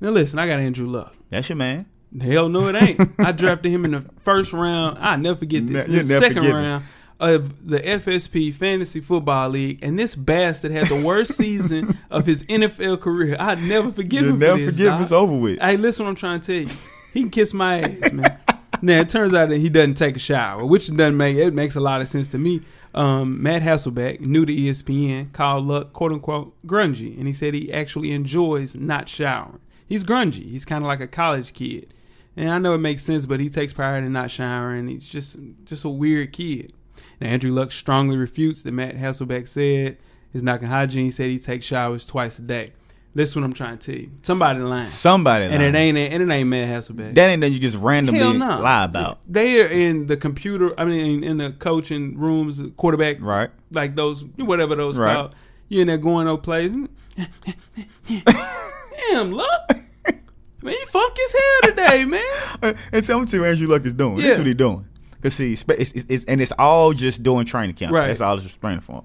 A: Now listen, I got Andrew Luck.
B: That's your man.
A: Hell no, it ain't. I drafted him in the first round. I never forget this.
B: Ne- you'll
A: In the
B: never
A: second
B: forget it.
A: round of the FSP Fantasy Football League, and this bastard had the worst season of his NFL career. I never forgive
B: You'll
A: him.
B: never
A: for this,
B: forgive him.
A: dog.
B: It's over with.
A: Hey, listen, what I'm trying to tell you. He can kiss my ass, man. now it turns out that he doesn't take a shower, which doesn't make it makes a lot of sense to me. Um, Matt Hasselbeck, new to E ESPN, called Luck "quote unquote" grungy, and he said he actually enjoys not showering. He's grungy. He's kind of like a college kid, and I know it makes sense, but he takes pride in not showering. He's just just a weird kid. Now Andrew Luck strongly refutes that Matt Hasselbeck said his knocking hygiene. He said he takes showers twice a day. This is what I'm trying to tell you. Somebody lying.
B: Somebody.
A: And
B: lying.
A: it ain't and it ain't Matt Hasselbeck.
B: That ain't nothing you just randomly
A: Hell no.
B: lie about.
A: They are in the computer. I mean, in the coaching rooms, the quarterback,
B: Right.
A: like those, whatever those
B: Right.
A: called. You in there going over plays. and- Damn, look, man, you funky as hell today, man.
B: Uh, And so I'm telling you, Andrew Luck is doing.
A: Yeah.
B: That's what he doing. Cause see, it's, it's, it's, and it's all just doing training camp.
A: Right.
B: That's all it's training for.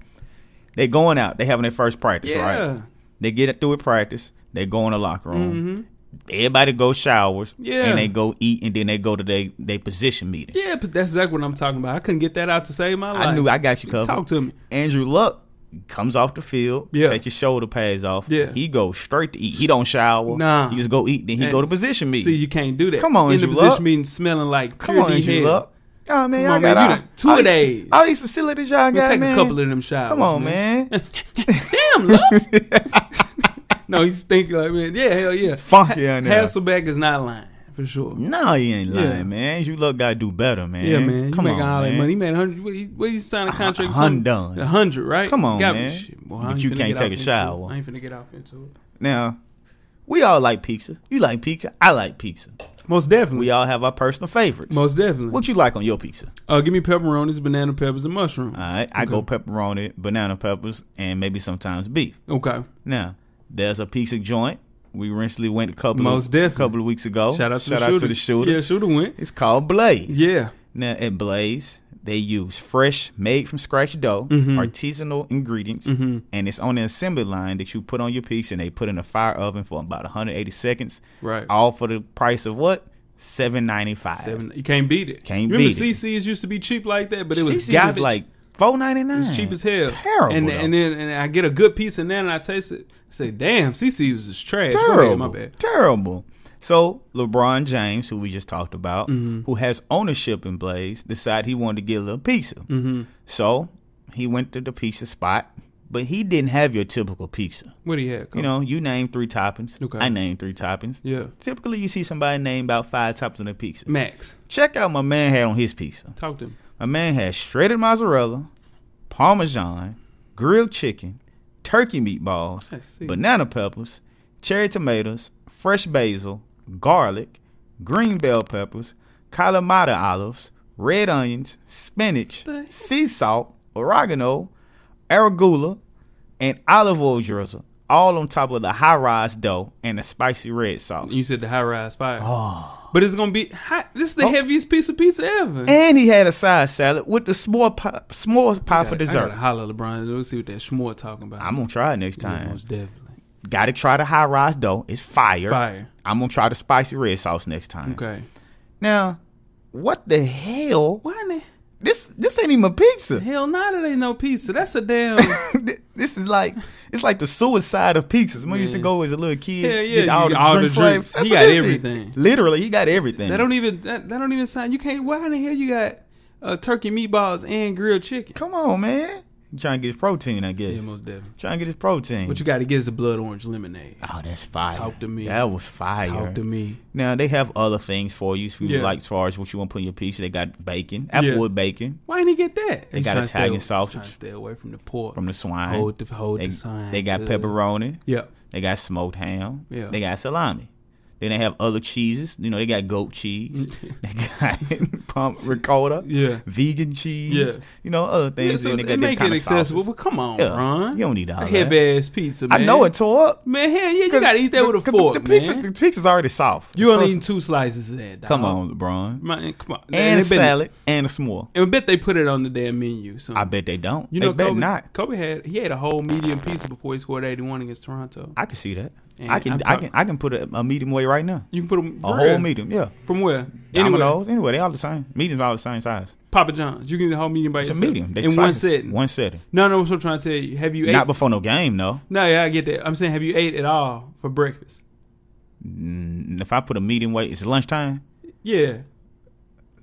B: They going out. They having their first practice.
A: Yeah.
B: Right. They get it through a practice. They go in the locker room. Everybody go showers.
A: Mm-hmm. Yeah.
B: And they go eat, and then they go to their they position meeting.
A: Yeah, but that's exactly what I'm talking about. I couldn't get that out to save my life.
B: I knew I got you covered.
A: Talk to me.
B: Andrew Luck comes off the field.
A: Yeah.
B: Take your shoulder pads off.
A: Yeah.
B: He goes straight to eat. He don't shower.
A: Nah.
B: He just go eat. Then he
A: And-
B: go to position meeting.
A: See, you can't do that.
B: Come on,
A: in the
B: Andrew
A: position
B: Luck.
A: meeting, smelling like
B: Come on,
A: pure D
B: Andrew
A: hell.
B: Luck. Nah, man,
A: Come
B: y'all
A: on, man.
B: got
A: You
B: all-
A: done- two
B: all these-
A: days.
B: All these facilities y'all
A: Man,
B: got,
A: take
B: man.
A: a couple of them showers.
B: Come on, man.
A: Damn, look. no, he's thinking like, man, yeah, hell yeah.
B: Funky on there.
A: Hasselbeck is not lying for sure.
B: no, you ain't lying,
A: Yeah.
B: man. Andrew Luck got to do better, man.
A: Yeah, man.
B: Come
A: you
B: on,
A: making all
B: man.
A: that money. He made a hundred. What he, what he signed a contract? or
B: hun-
A: something?
B: done.
A: A hundred, right?
B: Come on,
A: me-
B: man.
A: shit, boy, I
B: But
A: ain't
B: you
A: finna
B: can't
A: get
B: take
A: off
B: a
A: into it.
B: shower.
A: I ain't finna get off into it.
B: Now, we all like pizza. You like pizza. I like pizza.
A: Most definitely.
B: We all have our personal favorites.
A: Most definitely.
B: what you like on your pizza?
A: uh, give me pepperonis, banana peppers, and mushroom.
B: All right, I go pepperoni, banana peppers, and maybe sometimes beef.
A: okay.
B: Now, there's a pizza joint. We recently went a couple
A: Most
B: of,
A: definitely.
B: couple of weeks ago.
A: Shout out to the
B: Oh, out
A: shooter.
B: to the shooter.
A: Yeah, shooter went.
B: It's called Blaze.
A: Yeah.
B: Now at Blaze, they use fresh, made from scratch dough,
A: Mm-hmm.
B: artisanal ingredients, and it's on the assembly line that you put on your piece, and they put in a fire oven for about 180 seconds.
A: Right.
B: All for the price of what? Seven ninety five.
A: Seven. You can't beat it.
B: Can't
A: Remember
B: beat it.
A: CC's used to be cheap like that, but it was
B: CC's
A: garbage.
B: is like four ninety nine.
A: It's cheap as hell.
B: Terrible.
A: And
B: though.
A: and then and I get a good piece in there and I taste it. I say, damn, CC was just trash. Go ahead,
B: terrible.
A: my bad.
B: Terrible. So LeBron James, who we just talked about,
A: Mm-hmm.
B: who has ownership in Blaze, decided he wanted to get a little pizza.
A: Mm-hmm.
B: So he went to the pizza spot, but he didn't have your typical pizza.
A: What do you have?
B: You know, you name three toppings.
A: Okay.
B: I name three toppings.
A: Yeah.
B: Typically, you see somebody name about five toppings on a pizza.
A: Max.
B: Check out my man had on his pizza.
A: Talk to him.
B: My man had shredded mozzarella, parmesan, grilled chicken, turkey meatballs,
A: I see.
B: banana peppers, cherry tomatoes, fresh basil, garlic, green bell peppers, kalamata olives, red onions, spinach,
A: The-
B: sea salt, oregano, arugula, and olive oil drizzle, all on top of the high rise dough and the spicy red sauce.
A: You said the high rise fire. But it's gonna be hot. This is the heaviest piece of pizza ever.
B: Ah. Oh. And he had a side salad with the s'more pie, s'mores pie
A: I
B: for
A: gotta- I
B: dessert.
A: gotta holler, LeBron. Let's see what that schmore talking about.
B: I'm gonna try it next
A: Yeah,
B: time.
A: Most definitely.
B: Got to try the high rise though. It's fire.
A: Fire.
B: I'm gonna try the spicy red sauce next time.
A: Okay.
B: Now, what the hell?
A: Why in
B: This this ain't even pizza.
A: the hell nah, that ain't no pizza. That's a damn
B: Th- this is like it's like the suicide of pizzas. When I used to
A: Yeah.
B: go as a little kid,
A: Hell yeah,
B: get
A: you
B: all the
A: get all
B: drink
A: the drinks.
B: flavors. That's
A: He
B: what
A: got
B: this is.
A: everything.
B: Literally, he got everything.
A: That don't even that, that don't even sound you can't why in the hell you got uh, turkey meatballs and grilled chicken.
B: Come on, man. He trying to get his protein, I guess.
A: Yeah, most definitely.
B: trying to get his protein.
A: What you gotta get is the blood orange lemonade.
B: oh, that's fire.
A: Talk to me.
B: That was fire.
A: Talk to me.
B: Now they have other things for you. If you
A: Yeah.
B: like, as far as what you want to put in your pizza, they got bacon, applewood bacon
A: Why didn't he get that? They
B: got Italian sausage.
A: Trying to stay away from the pork.
B: from the swine.
A: hold the hold
B: they,
A: the sign.
B: they got
A: good.
B: pepperoni.
A: Yeah.
B: They got smoked ham.
A: Yeah.
B: They got salami. Then they have other cheeses. You know, they got goat cheese. they got pump ricotta.
A: Yeah.
B: Vegan cheese.
A: Yeah.
B: You know, other things.
A: yeah so
B: and
A: they
B: they got
A: make it
B: kinda
A: accessible,
B: sauces.
A: but come on,
B: Yeah.
A: Ron.
B: You don't need all
A: a
B: that.
A: heavy ass pizza, man.
B: I know it tore up.
A: Man, hell yeah, you
B: 'Cause
A: gotta eat that
B: the-
A: with a
B: 'cause the-
A: fork,
B: The, pizza,
A: man.
B: the pizza's already soft.
A: you only
B: Plus-
A: eating two slices of that. Dog.
B: Come on, LeBron.
A: man, come on.
B: And a
A: They been-
B: salad and a s'more.
A: And I bet they put it on the damn menu. So
B: I bet they don't.
A: Mm. you
B: they
A: know
B: bet
A: Kobe,
B: not.
A: Kobe had he had a whole medium pizza before he scored eighty one against Toronto.
B: I can see that.
A: And
B: I can.
A: I'm
B: I
A: talk-
B: can. I can put a, a medium weight right now.
A: You can put them
B: A whole medium. Yeah.
A: from where? Anyway,
B: Dominoes. Anyway, they all the same. Mediums all the same size.
A: Papa John's. You can get a whole medium by
B: It's a
A: yourself
B: medium. They
A: in
B: try-
A: one sitting.
B: One setting.
A: No, no. What I'm trying to tell you, have you
B: Not
A: ate?
B: before no game, though.
A: no, yeah, I get that. I'm saying, have you ate at all for breakfast?
B: Mm, If I put a medium weight, it's lunchtime.
A: Yeah.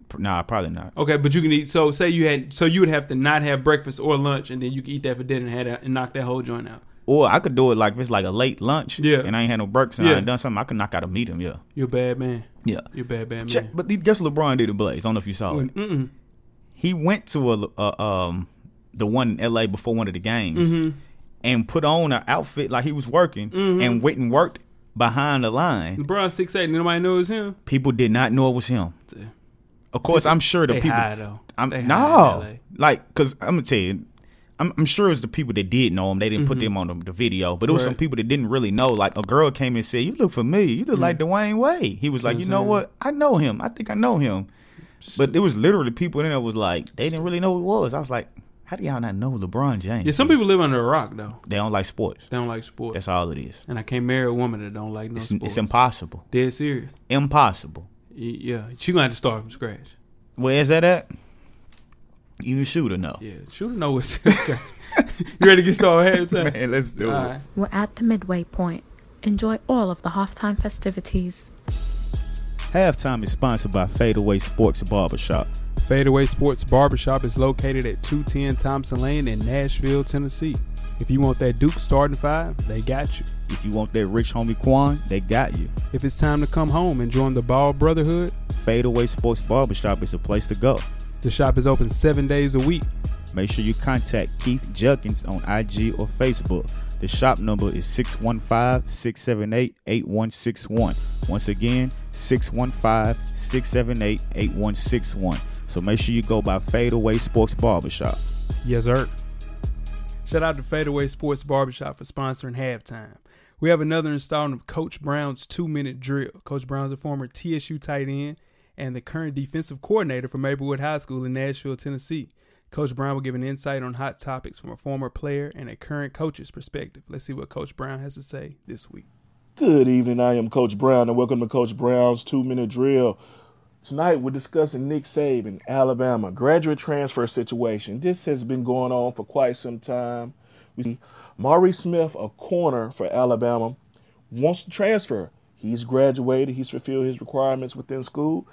B: P- Nah, probably not.
A: Okay, but you can eat. So say you had. So you would have to not have breakfast or lunch, and then you can eat that for dinner and, had a, and knock that whole joint out.
B: Or I could do it like if it's like a late lunch.
A: Yeah.
B: And I ain't had no breakfast and
A: Yeah.
B: I ain't done something. I could knock out a medium. Yeah.
A: You're a bad man.
B: Yeah.
A: You're a bad bad man.
B: Check, but the- guess what LeBron did to Blaze. I don't know if you saw it.
A: Mm-mm.
B: He went to a, a um the one in L.A. before one of the games
A: Mm-hmm.
B: and put on an outfit like he was working and went and worked behind the line.
A: LeBron six eight. Nobody knows him.
B: People did not know it was him. Of course, I'm sure the
A: They
B: people.
A: high though.
B: I'm
A: They high in
B: no,
A: LA.
B: like, cause I'm gonna tell you, I'm, I'm sure it's the people that did know him. They didn't put them on the, the video, but it was
A: Mm-hmm. Right.
B: some people that didn't really know. Like a girl came and said, "You look familiar. You look like Dwayne Wade." He was like, "You know what? I know him. I think I know him." But there was literally people in there was like they didn't really know who it was. I was like, "How do y'all not know LeBron James?"
A: Yeah, some people live under a rock though.
B: they don't like sports.
A: They don't like sports,
B: That's all it is.
A: and I can't marry a woman that don't like no
B: It's,
A: sports.
B: it's impossible.
A: Dead serious.
B: Impossible.
A: Y- Yeah, she gonna have to start from scratch.
B: Where is that at? Even shooter no.
A: Yeah, she don't know what's. you ready to get started? Halftime.
B: Man, let's do
A: All
B: it.
A: right.
C: We're at the midway point. Enjoy all of the halftime festivities.
B: Halftime is sponsored by Fadeaway Sports Barbershop.
A: Fadeaway Sports Barbershop is located at 210 Thompson Lane in Nashville, Tennessee. If you want that Duke starting five, they got you.
B: If you want that rich homie Quan, they got you.
A: If it's time to come home and join the Ball Brotherhood,
B: Fadeaway Sports Barbershop is a place to go.
A: the shop is open seven days a week.
B: Make sure you contact Keith Judkins on IG or Facebook. The shop number is 615 678 8161. Once again, 615 678 8161. So make sure you go by Fadeaway Sports Barbershop.
A: Yes, sir. Shout out to Fadeaway Sports Barbershop for sponsoring halftime. We have another installment of Coach Brown's two minute drill. Coach Brown's a former TSU tight end and the current defensive coordinator for Maplewood High School in Nashville, Tennessee. Coach Brown will give an insight on hot topics from a former player and a current coach's perspective. Let's see what Coach Brown has to say this week.
D: Good evening. I am Coach Brown, and welcome to Coach Brown's Two Minute Drill. Tonight, we're discussing Nick Saban, Alabama graduate transfer situation. This has been going on for quite some time. We see Maury Smith, a corner for Alabama, wants to transfer. He's graduated. He's fulfilled his requirements within school,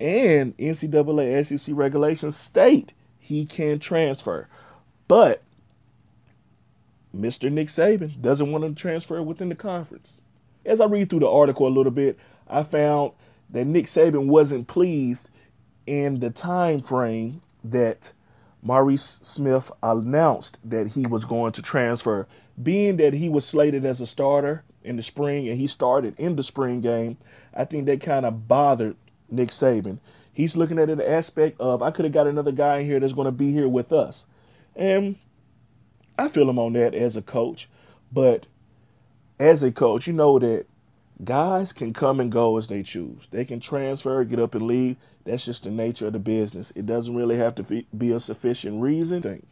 D: and NCAA SEC E regulations state he can transfer. But Mr. Nick Saban doesn't want him to transfer within the conference. As I read through the article a little bit, I found that Nick Saban wasn't pleased in the time frame that Maurice Smith announced that he was going to transfer, being that he was slated as a starter in the spring and he started in the spring game. I think that kind of bothered Nick Saban. He's looking at it the aspect of I could have got another guy in here that's going to be here with us, and I feel him on that as a coach, but as a coach, you know that guys can come and go as they choose. They can transfer, get up and leave. That's just the nature of the business. It doesn't really have to be, be a sufficient reason.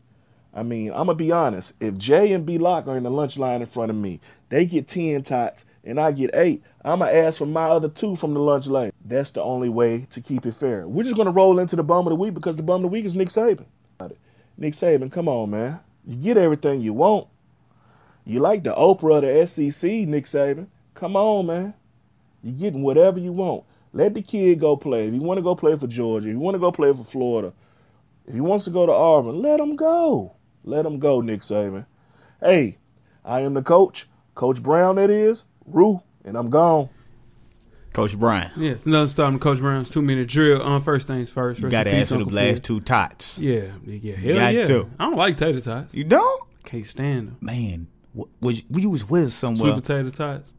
D: I mean, I'm gonna be honest. If Jay and B Lock are in the lunch line in front of me, they get ten tots and I get eight. I'm gonna ask for my other two from the lunch lane. That's the only way to keep it fair. We're just gonna roll into the bum of the week because the bum of the week is Nick Saban. Nick Saban, come on, man. You get everything you want. You like the Oprah of the SEC, Nick Saban. Come on, man. You're getting whatever you want. Let the kid go play. If you want to go play for Georgia, if you want to go play for Florida, if he wants to go to Auburn, let him go. Let him go, Nick Saban. Hey, I am the coach, Coach Brown. That is Rue, and I'm gone.
B: Coach Brian.
A: Yeah, it's another stop from Coach Brown's two minute drill. Um, first things first.
B: You
A: Rest
B: gotta
A: in peace,
B: answer the
A: Uncle
B: last
A: Phil.
B: two tots.
A: Yeah, yeah, hell
B: Got
A: yeah.
B: to.
A: I don't like tater tots.
B: You don't?
A: Can't stand them.
B: Man, wh- was you, you was with us
A: Sweet
B: somewhere.
A: potato tots.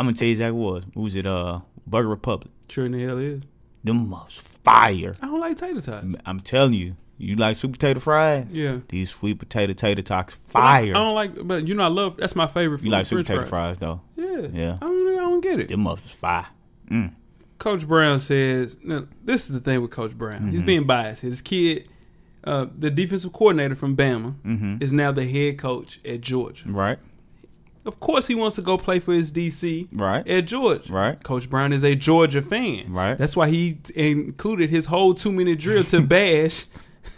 B: I'm gonna tell you exactly what it was. We was at uh Burger Republic.
A: Sure in the hell is.
B: Them most fire.
A: I don't like tater tots.
B: I'm telling you, you like sweet potato fries?
A: Yeah.
B: These sweet potato tater tots
A: I
B: fire.
A: don't like, but you know, I love. That's my favorite. Food,
B: you like sweet
A: French
B: potato
A: fries.
B: fries though.
A: Yeah,
B: Yeah.
A: I don't, I don't get it.
B: Them motherfuckers fire. Mm.
A: Coach Brown says, now, this is the thing with Coach Brown. He's
B: Mm-hmm.
A: being biased. His kid, uh, the defensive coordinator from Bama,
B: Mm-hmm.
A: is now the head coach at Georgia.
B: Right.
A: Of course, he wants to go play for his DC
B: Right.
A: at Georgia.
B: Right.
A: Coach Brown is a Georgia fan.
B: Right.
A: That's why he t- included his whole two minute drill to bash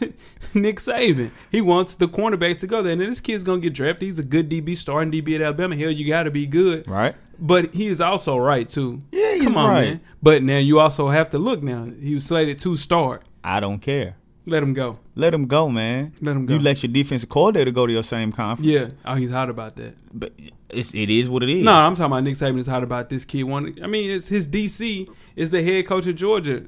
A: Nick Saban. He wants the cornerback to go there. And then this kid's going to get drafted. He's a good DB, starting DB at Alabama. Hell, you got to be good.
B: Right.
A: But he is also right too.
B: Yeah, he's
A: Come on,
B: right.
A: man. But now you also have to look. Now he was slated to start.
B: I don't care.
A: Let him go.
B: Let them go, man.
A: Let 'em go.
B: You let your defensive coordinator go to your same conference.
A: Yeah. Oh, he's hot about that.
B: But it's, it is what it is.
A: No, I'm talking about Nick Saban is hot about this kid. One, I mean, it's his DC is the head coach of Georgia.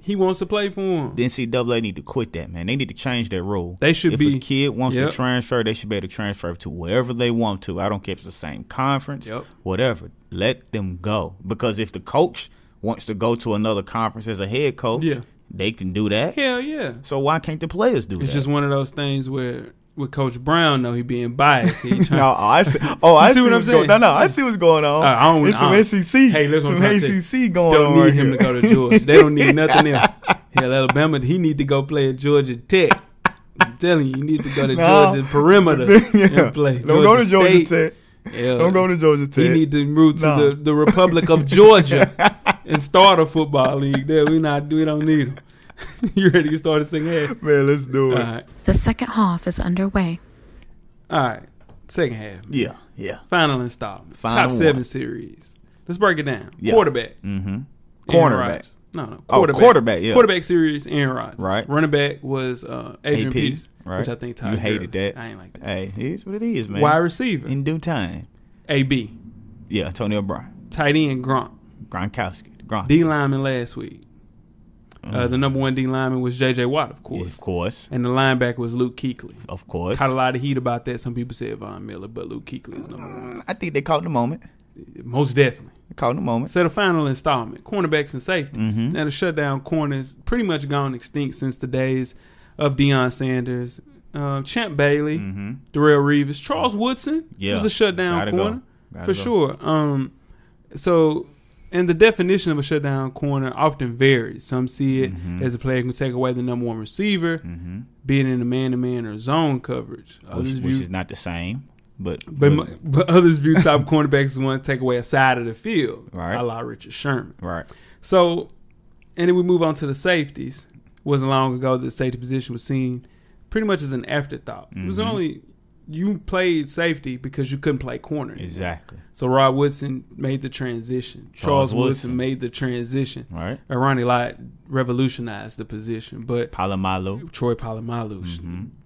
A: He wants to play for him.
B: the NCAA need to quit that, man. They need to change that rule.
A: They should
B: if
A: be-
B: a kid wants
A: Yep.
B: to transfer, they should be able to transfer to wherever they want to. I don't care if it's the same conference,
A: Yep.
B: whatever. Let them go because if the coach wants to go to another conference as a head coach,
A: Yeah.
B: they can do that.
A: Hell yeah.
B: So why can't the players do
A: It's
B: that?
A: just one of those things where with Coach Brown though he being biased. He trying,
B: no, I see. Oh, I
A: You
B: see what I'm saying. no, no, I see what's going on.
A: Uh, I don't-
B: it's some
A: I don't-
B: SEC.
A: Hey, listen,
B: some
A: what I'm trying to
B: ACC going
A: don't
B: on.
A: need
B: right
A: him
B: here.
A: to go to Georgia. They don't need nothing else. Hell, Alabama, he need to go play at Georgia Tech. I'm telling you, you need to go to
B: No.
A: Georgia perimeter
B: Yeah.
A: and play.
B: Don't go to Georgia
A: State.
B: Tech.
A: Hell,
B: Don't go to Georgia Tech.
A: He need to move to
B: No.
A: the, the Republic of Georgia and start a football league. There, we not we don't need him. you ready to start to sing? Hey,
B: Man, let's do
A: all
B: it.
A: right,
C: The second half is underway.
A: all right. Second half,
B: Yeah, yeah.
A: final installment,
B: Final
A: top
B: one.
A: seven series. Let's break it down.
B: Yeah.
A: Quarterback,
B: Mm-hmm.
A: Aaron
B: Cornerback.
A: Rodgers. No, no.
B: Oh,
A: Quarterback.
B: quarterback, yeah.
A: Quarterback series, Aaron Rodgers.
B: Right.
A: Running back was uh, Adrian
B: AP,
A: Peterson,
B: right?
A: which I think Todd
B: you hated
A: Gurley.
B: that.
A: I ain't like that.
B: Hey, here's what it is, man.
A: Wide receiver,
B: in due time.
A: AB.
B: Yeah, Antonio Brown,
A: Tight end, Gronk.
B: Gronkowski, Gronk.
A: D lineman last week.
B: Mm.
A: Uh, the number one D lineman was J.J. Watt, of course.
B: of course,
A: And the linebacker was Luke Kuechly.
B: of course.
A: Caught a lot of heat about that. Some people said Von Miller, but Luke Kuechly is number one.
B: Mm, I think they caught the moment.
A: Most definitely.
B: They caught the moment.
A: So the final installment, cornerbacks and safeties.
B: Mm-hmm.
A: Now the shutdown corners pretty much gone extinct since the days of Deion Sanders, um, Champ Bailey, Darrell Reeves, Charles Woodson
B: Mm. Yeah.
A: Mm-hmm. was a shutdown
B: Gotta go.
A: corner
B: Gotta
A: for
B: go.
A: sure. Um, so, and the definition of a shutdown corner often varies. Some see it
B: Mm-hmm.
A: as a player who can take away the number one receiver, being in a man-to-man or zone coverage. Others
B: Mm. Which, which
A: view-
B: is not the same, but
A: but, mo- but others view top cornerbacks as one to take away a side of the field,
B: Right.
A: a la Richard Sherman.
B: right.
A: So, and then we move on to the safeties. wasn't long ago the safety position was seen pretty much as an afterthought. It
B: Mm-hmm.
A: was only you played safety because you couldn't play corner.
B: Exactly.
A: So Rod Woodson made the transition. Charles,
B: Charles
A: Woodson.
B: Woodson.
A: made the transition.
B: Right.
A: And Ronnie Lott revolutionized the position, but
B: Palomalu.
A: Troy Polamalu,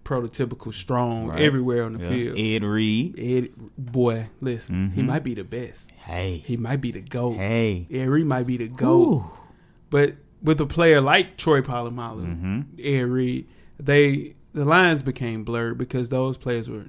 A: prototypical strong
B: Mm-hmm. Right.
A: everywhere on the
B: Yeah.
A: field.
B: Ed Reed.
A: Ed, boy, listen, he might be the best.
B: Hey.
A: He might be the goat.
B: hey.
A: Airy might be the goat.
B: Ooh.
A: But with a player like Troy Polamalu,
B: Mm-hmm.
A: Ed Reed, they the lines became blurred because those players were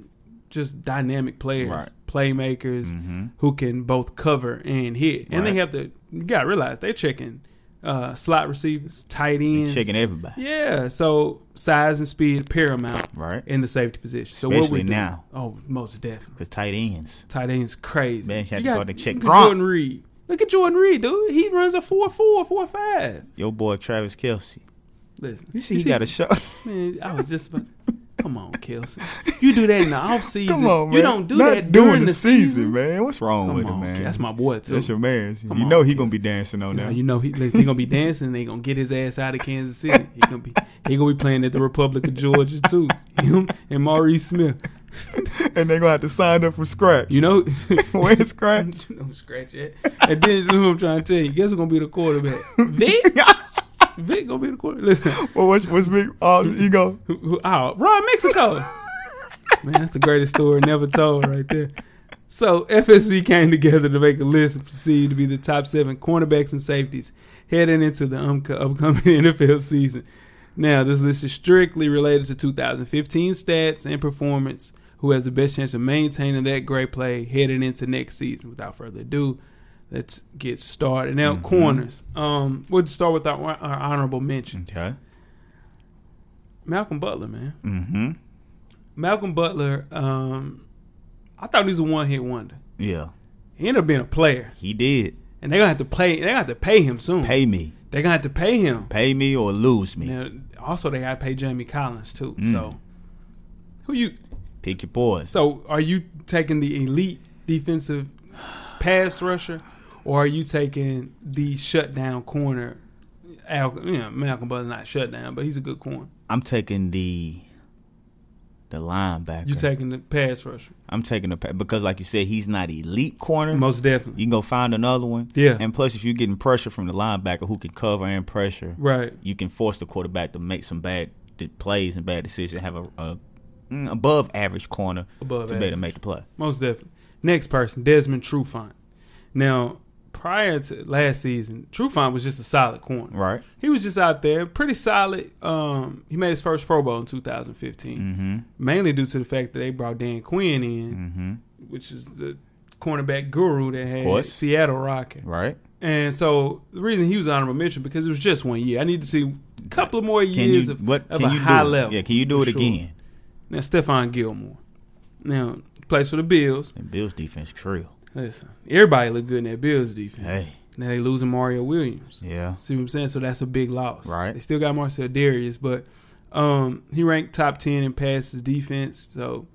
A: just dynamic players,
B: Right. Mm-hmm.
A: playmakers who can both cover and hit. And they
B: Right.
A: have to you gotta realize they're checking uh, slot receivers, tight ends.
B: Checking everybody.
A: Yeah, so size and speed paramount
B: Right.
A: in the safety position. So what we
B: Especially
A: do-
B: now.
A: Oh, most definitely.
B: Because tight ends.
A: Tight ends crazy.
B: Man, she had
A: You
B: to
A: got-
B: go to check
A: look at
B: Gronk.
A: Jordan Reed. Look at Jordan Reed, dude. He runs a four four, four five.
B: Your boy Travis Kelsey.
A: Listen,
B: You see, he got a show.
A: Man, I was just about. Come on, Kelsey. You do that in the off season.
B: Come on, man.
A: You don't do
B: Not
A: that
B: during,
A: during
B: the season, man. What's wrong
A: Come
B: with him,
A: on,
B: man?
A: Ke- that's my boy too.
B: That's your man.
A: Come
B: you
A: on,
B: know he gonna be dancing on
A: Now,
B: that.
A: you know he he's gonna be dancing. and They gonna get his ass out of Kansas City. He gonna be he gonna be playing at the Republic of Georgia too. Him and Maurice Smith.
B: and they gonna have to sign up for scratch.
A: You know,
B: Where's scratch?
A: you know, scratch it. And then you know what I'm trying to tell you. Guess who's gonna be the quarterback? Vic. Vic gonna be the quarterback. Listen,
B: Well, what's what's big? Uh, ego.
A: who, who, oh, Ron Mexico. Man, that's the greatest story never told right there. So FSV came together to make a list and proceed to be the top seven cornerbacks and safeties heading into the um, upcoming NFL season. Now, this list is strictly related to 2015 stats and performance. Who has the best chance of maintaining that great play heading into next season? Without further ado, let's get started. Now,
B: Mhm.
A: corners. Um, we'll start with our, our honorable mentions.
B: Okay.
A: Malcolm Butler, man.
B: Mm-hmm.
A: Malcolm Butler, um, I thought he was a one hit wonder.
B: Yeah,
A: He ended up being a player.
B: he did.
A: And they're gonna have to play they're gonna have to pay him soon.
B: Pay me,
A: They're gonna have to pay him.
B: pay me, or lose me.
A: Now, also they gotta pay Jamie Collins too.
B: Mm.
A: So who you
B: Pick your boys.
A: so are you taking the elite defensive pass rusher or are you taking the shutdown corner? Al, you know, Malcolm Butler not shutdown, but he's a good corner.
B: I'm taking the the linebacker.
A: You taking the pass rusher.
B: I'm taking the pa- because, like you said, he's not elite corner.
A: Most definitely.
B: you can go find another one.
A: Yeah.
B: And plus, if you're getting pressure from the linebacker who can cover and pressure,
A: Right.
B: you can force the quarterback to make some bad de- plays and bad decisions. Have a, a mm, above average corner
A: Above
B: to be able to make the play.
A: Most definitely. Next person, Desmond Trufant. Now, prior to last season, Trufant was just a solid corner.
B: Right.
A: He was just out there, pretty solid. Um, he made his first Pro Bowl in 2015,
B: Mm-hmm.
A: mainly due to the fact that they brought Dan Quinn in,
B: Mm-hmm.
A: which is the cornerback guru that had
B: course.
A: Seattle rocking.
B: Right.
A: And so the reason he was honorable mention because it was just one year. I need to see a couple of more
B: Can
A: years
B: you
A: of,
B: what
A: of
B: can
A: a
B: you
A: high
B: do? it?
A: level.
B: Yeah. Can you do
A: for
B: it
A: sure.
B: again?
A: Now Stephon Gilmore. Now plays for the Bills.
B: And Bills defense trill.
A: Listen, everybody look good in that Bills defense.
B: Hey.
A: Now they losing Mario Williams.
B: Yeah.
A: See what I'm saying? So that's a big loss.
B: Right.
A: They still got Marcel Darius, but um, he ranked top ten in passes defense. So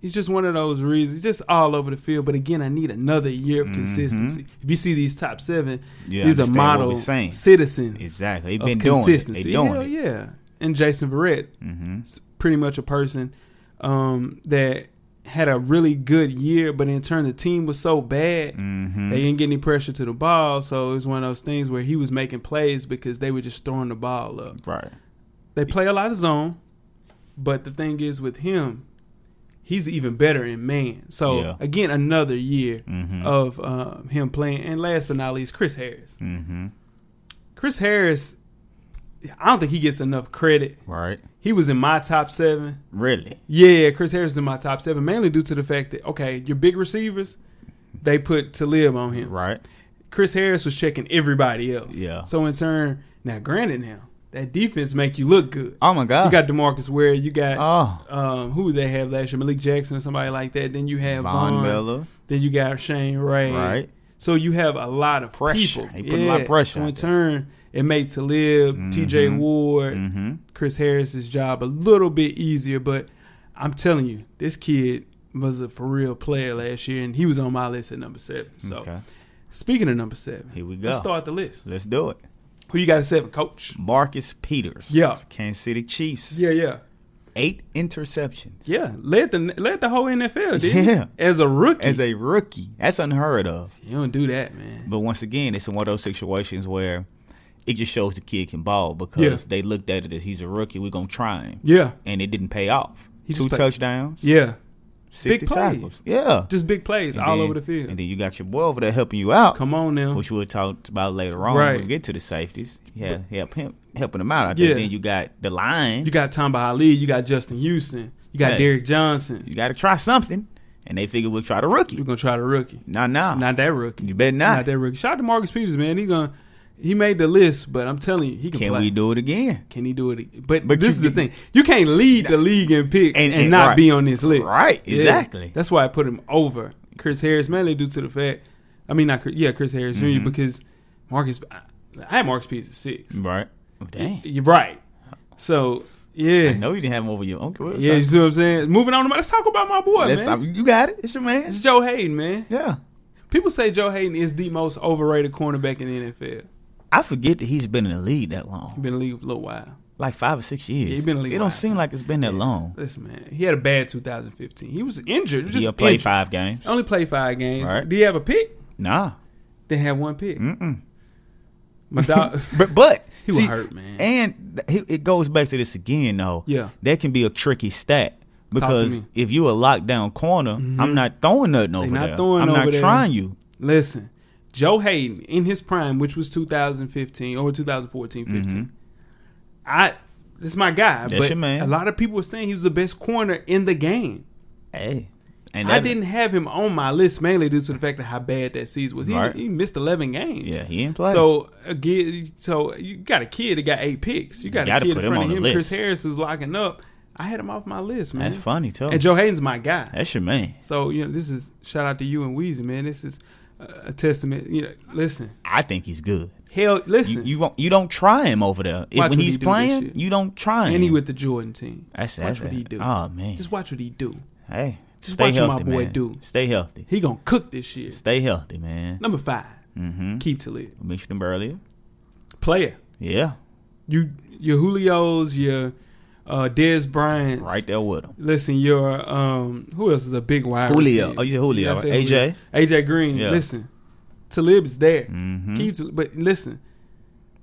A: he's just one of those reasons, just all over the field. But again, I need another year of
B: Mhm.
A: consistency. If you see these top seven,
B: Yeah.
A: these are
B: understand what
A: model
B: we're saying.
A: citizens
B: Exactly. They've
A: of
B: been doing it. They're
A: consistency.
B: doing
A: Hell
B: it.
A: yeah. And Jason Verrett,
B: Mm-hmm.
A: s- pretty much a person um, that had a really good year, but in turn the team was so bad
B: Mm-hmm.
A: they didn't get any pressure to the ball, so it was one of those things where he was making plays because they were just throwing the ball up.
B: right.
A: They play a lot of zone, but the thing is with him, he's even better in man. So
B: Yeah.
A: again, another year
B: Mm-hmm.
A: of uh, him playing. And last but not least, Chris Harris.
B: mm-hmm.
A: Chris Harris, I don't think he gets enough credit.
B: Right.
A: He was in my top seven.
B: Really.
A: Yeah, Chris Harris is in my top seven, mainly due to the fact that okay, your big receivers, they put Talib on him.
B: Right.
A: Chris Harris was checking everybody else.
B: Yeah.
A: So in turn, now granted, now that defense make you look good.
B: Oh my God.
A: You got Demarcus Ware. You got
B: oh.
A: um, who they have last year, Malik Jackson or somebody like that. Then you have
B: Von
A: Von,
B: Miller.
A: Then you got Shane Ray.
B: Right.
A: So you have a lot of
B: Pressure.
A: People.
B: They put a lot of pressure
A: So in
B: out there.
A: turn, it made Talib, T.J.
B: Mhm.
A: Ward,
B: Mm-hmm.
A: Chris Harris's job a little bit easier. But I'm telling you, this kid was a for real player last year, and he was on my list at number seven. So
B: okay.
A: speaking of number seven,
B: Here we go.
A: let's start the list.
B: Let's do it.
A: Who you got at seven, coach?
B: Marcus Peters.
A: Yeah.
B: Kansas City Chiefs.
A: Yeah, yeah.
B: Eight interceptions.
A: Yeah. Led the led the whole NFL, did
B: Yeah.
A: As a rookie.
B: As a rookie. That's unheard of.
A: you don't do that, man.
B: But once again, it's one of those situations where it just shows the kid can ball because
A: Yeah.
B: they looked at it as he's a rookie, we're gonna try him.
A: Yeah.
B: And it didn't pay off.
A: He
B: Two
A: just played-
B: touchdowns,
A: Yeah.
B: 60
A: plays.
B: tackles. Yeah.
A: Just big plays
B: And
A: all
B: then-
A: over the field.
B: And then Oh, you got your boy over there helping you out.
A: Come on now.
B: which we'll talk about later on when
A: Right.
B: we get to the safeties. Yeah, help him helping him out. I think
A: Yeah.
B: then you got the line.
A: You got Tom Ali, you got Justin Houston, you got
B: Hey.
A: Derrick Johnson.
B: You got to try something, and they figure we'll try the
A: You're
B: rookie.
A: gonna try the rookie.
B: Nah, nah,
A: Not that rookie.
B: you better
A: Not.
B: not.
A: that rookie. Shout out to Marcus Peters, man. He gonna he made the list, but I'm telling you, he can,
B: Can
A: play.
B: we do it again?
A: can he do it? But,
B: But
A: this
B: you
A: is the
B: get-
A: thing. You can't lead the league in pick and,
B: And- and-
A: not
B: right.
A: be on this list.
B: Right,
A: Yeah.
B: exactly.
A: That's why I put him over Chris Harris, mainly due to the fact, I mean, not Chris, yeah, Chris Harris
B: Mm-hmm.
A: Jr. Because Marcus, I, I had Marcus Peters at six.
B: Right. Damn.
A: You're right. So
B: I
A: Yeah.
B: know you didn't have him over your uncle.
A: Yeah, you see what I'm saying? Moving on to my, let's talk about my boy,
B: Let's-
A: man.
B: I- you got it. It's your
A: It's
B: man.
A: Joe Hayden, man.
B: Yeah.
A: People say Joe Hayden is the most overrated cornerback in the NFL.
B: I forget that he's been in the league that long,
A: Been in the league a little while.
B: like five or six years.
A: Yeah, he been in the league
B: it
A: a
B: don't
A: while.
B: seem like it's been that long.
A: Listen, man, he had a bad 2015. He was injured. He was
B: He'll
A: just
B: play
A: injured. Oh.
B: five games.
A: Only played five games.
B: Right.
A: Do you have a pick?
B: Nah.
A: They had one pick.
B: Mm-mm.
A: My dog.
B: But but
A: He was
B: see,
A: hurt, man.
B: And th- he- it goes back to this again, though.
A: Yeah.
B: that can be a tricky stat because
A: me. Mm-hmm.
B: if you a lockdown corner, I'm not throwing nothing over
A: not
B: there.
A: throwing
B: I'm
A: over
B: not
A: there.
B: trying you.
A: Listen, Joe Hayden in his prime, which was 2015 or 2014 15. I this is my guy,
B: Mm-hmm. That's
A: but
B: your man.
A: a lot of people were saying he was the best corner in the game.
B: Hey, and
A: I
B: that-
A: didn't have him on my list mainly due to the fact of how bad that season was. He,
B: Right.
A: he missed 11 games.
B: Yeah, he didn't play.
A: So again, so you got a kid that got eight picks. You got a
B: gotta
A: kid
B: put
A: in
B: him
A: front
B: on
A: of
B: the
A: him,
B: list.
A: Chris Harris, who's locking up. I had him off my list, man.
B: that's funny too.
A: Mm-hmm. And Joe Hayden's my guy.
B: That's your man.
A: So you know, this is shout out to you and Weezy, man. This is uh, a testament. You know, listen,
B: I think he's good.
A: hell,
B: You
A: listen.
B: you don't, you don't try him over there If-
A: Watch
B: when
A: what he
B: he's
A: do this
B: playing.
A: shit.
B: You don't try him.
A: and he with the Jordan team.
B: that's,
A: watch
B: that's
A: what he do.
B: Oh man.
A: Just watch what he do.
B: hey,
A: just
B: stay
A: watch what
B: healthy,
A: my boy
B: man.
A: do.
B: Stay healthy.
A: He gonna cook this year.
B: Stay healthy, man.
A: Number five,
B: Mm-hmm.
A: keep to it.
B: Mentioned him earlier.
A: Player,
B: Yeah,
A: you your Julio's, your uh, Des Bryant's.
B: right there with him.
A: Listen, your um, who else is a big wide?
B: Julio.
A: receiver?
B: Oh, you said Julio,
A: I said
B: right? AJ?
A: AJ Green.
B: Yeah.
A: Listen, Talib's there.
B: Mhm.
A: Key to, but listen,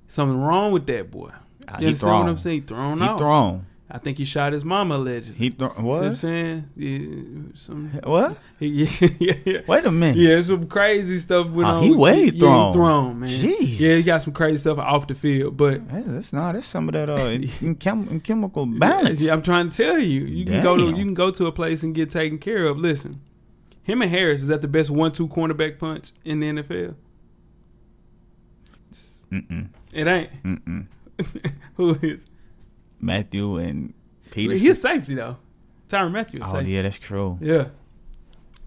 A: something wrong with that boy. You
B: Ah, he
A: understand what I'm
B: thrown.
A: saying? He Thrown
B: He
A: out.
B: thrown.
A: I think he shot his mama allegedly.
B: He thrown.
A: See what I'm
B: What?
A: saying? Yeah, some,
B: What?
A: yeah, yeah, yeah.
B: Wait a minute.
A: Yeah, some crazy stuff went
B: Oh,
A: on.
B: he way
A: yeah,
B: thrown.
A: He thrown, man.
B: Jeez.
A: Yeah, he got some crazy stuff off the field, but
B: Hey, that's not. That's some of that uh, in, chem- in chemical balance.
A: Yeah, I'm trying to tell you, you can go to
B: Damn.
A: you can go to a place and get taken care of. Listen, him and Harris is that the best one-two cornerback punch in the NFL?
B: Mm-mm,
A: It ain't.
B: mm-mm.
A: Who is?
B: Matthew and Peterson.
A: He's safety though. Tyron Matthew is
B: oh
A: safety.
B: yeah, that's true.
A: Yeah.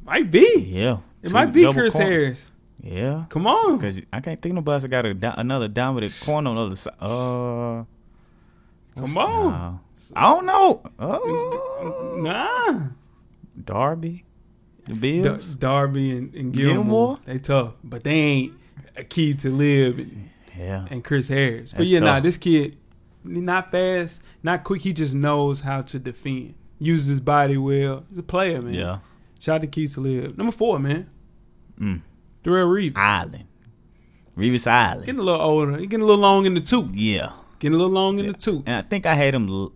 A: Might be.
B: Yeah,
A: It
B: Two
A: might be
B: double
A: Chris
B: corner-
A: Harris.
B: Yeah,
A: Come on.
B: because I can't think nobody else that got a do- another dominant corner on the other side. Uh, what's-
A: Come on.
B: nah. I don't know. Oh,
A: Nah.
B: Darby, the
A: Da-
B: Bills.
A: Darby and, and Gilmore,
B: Gilmore?
A: They tough. But they ain't a key to live and,
B: yeah,
A: and Chris Harris. But
B: That's
A: yeah, nah,
B: tough.
A: this kid not fast, not quick. He just knows how to defend. Uses his body well. He's a player, man.
B: yeah.
A: Shout out to Key to live. Number four, man.
B: Mm.
A: Darrell Reeves.
B: Island, Revis Island.
A: Getting a little older. He getting a little long in the tooth.
B: yeah.
A: Getting a little long in the tooth.
B: And I think I had him l-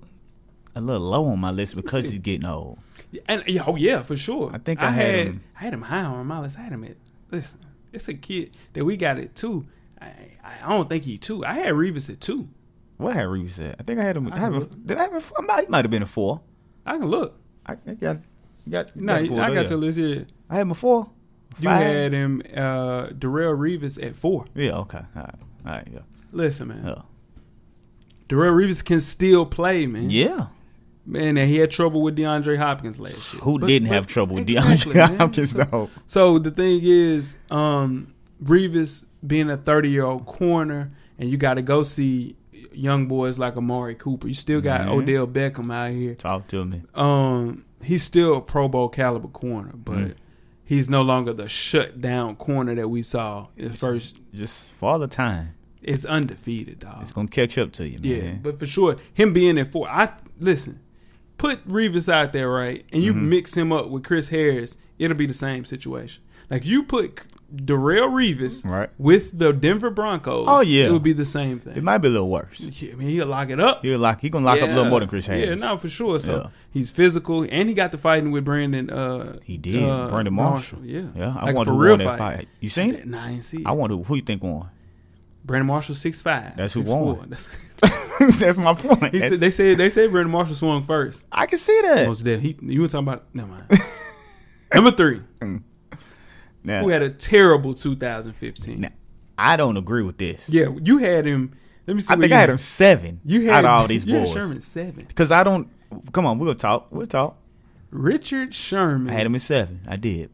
B: a little low on my list because
A: see.
B: he's getting old.
A: And yeah, oh yeah, for sure.
B: I think I had him-
A: I had him high on my list. I had him at listen. It's a kid that we got at two. I I don't think he two. I had Revis at two.
B: What had Reeves at? I think I had him. I
A: I
B: have a,
A: look.
B: did I have a four? I might, he might have been a four.
A: I can look.
B: I, I got, got,
A: No,
B: pulled
A: I
B: up,
A: got
B: yeah.
A: your list here.
B: I had him a four.
A: You
B: Five?
A: had him, uh, Darrell Revis at four.
B: Yeah. Okay. All right. All right. Yeah.
A: Listen, man,
B: Yeah.
A: Darrell Revis can still play, man.
B: Yeah.
A: man, and he had trouble with DeAndre Hopkins last year.
B: Who
A: But-
B: didn't
A: but-
B: have trouble with
A: Exactly,
B: DeAndre
A: man.
B: Hopkins
A: So-
B: though?
A: So the thing is, um, Revis being a 30 year old corner, and you got to go see young boys like Amari Cooper. You still got
B: Mhm.
A: Odell Beckham out here.
B: Talk to me.
A: Um, he's still a Pro Bowl caliber corner, but
B: Mhm.
A: he's no longer the shut down corner that we saw in the first.
B: Just for the time,
A: It's undefeated, dog.
B: it's gonna catch up to you,
A: Yeah,
B: man.
A: but for sure, him being at four, I listen. Put Revis out there, right, and you mix him up with Chris Harris, it'll be the same situation. Like you put Darrell Revis
B: Right.
A: with the Denver Broncos.
B: Oh, yeah.
A: it would be the same thing.
B: it might be a little worse.
A: Yeah, I mean, he'll lock it up.
B: He'll lock. He gonna lock up a little
A: Yeah.
B: more than Chris Harris.
A: Yeah, no, for sure. So
B: Yeah.
A: he's physical, and he got the fighting with Brandon. Uh,
B: He did. Brandon Marshall.
A: Yeah,
B: Yeah. I
A: Like,
B: wonder
A: for
B: who
A: real
B: won that fight. You seen it?
A: Nah, I didn't see it.
B: I wonder who you think won.
A: Brandon Marshall six five.
B: That's who won.
A: That's,
B: That's my point.
A: he
B: That's-
A: said, they said they said Brandon Marshall swung first.
B: I can see that.
A: Most dead. He, you were talking about. Never mind. Number three,
B: Now,
A: who had a terrible 2015.
B: now, I don't agree with this.
A: Yeah, you had him. Let me see.
B: I
A: what
B: think
A: you
B: I had him seven
A: You had
B: out of all these
A: you had
B: boys.
A: Sherman seven.
B: Because I don't. Come on, we'll talk. We'll talk.
A: Richard Sherman.
B: I had him at seven. I did,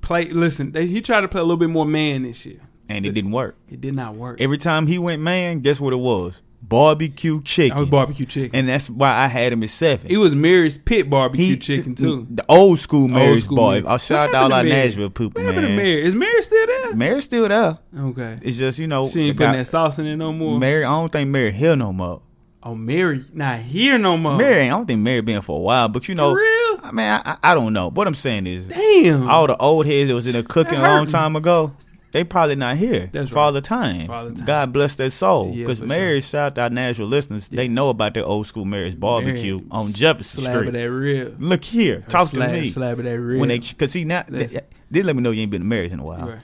A: play. Listen, they, he tried to play a little bit more man this year.
B: and it didn't work.
A: It did not work.
B: Every time he went man, guess what it was? barbecue chicken.
A: I was barbecue chicken.
B: and that's why I had him at seven.
A: it was Mary's Pit Barbecue Chicken too.
B: The old school Mary's
A: school
B: boy.
A: Mary.
B: I shout
A: What
B: out all
A: happened
B: our
A: to Mary?
B: Nashville people,
A: What happened to
B: man.
A: Mary? Is Mary still there?
B: Mary's still there.
A: Okay.
B: It's just you know
A: She ain't
B: the
A: putting
B: guy-
A: that sauce in it no more.
B: Mary. I don't think Mary here no more.
A: oh, Mary not here no more.
B: Mary, oh, I don't think Mary been for a while, but you know,
A: Uh-uh. For real?
B: I mean, I, I don't know. What I'm saying is,
A: Damn.
B: Mm-hmm. all the old heads that was in the cooking a
A: hurt
B: long
A: me.
B: time ago, they probably not here
A: Uh-huh. That's
B: for
A: right.
B: all the time.
A: For all the time.
B: God bless their soul.
A: Yeah,
B: Because
A: for
B: Mary, shout out Nashville listeners, they know about their old school Mary's barbecue
A: Mary,
B: on Jefferson
A: slab of
B: Street.
A: that rib.
B: Look here, talk
A: slab,
B: to me.
A: Slab of that rib.
B: When they, cause see now, they,
A: That's-
B: they let me know you ain't been to Mary's in a while.
A: Right.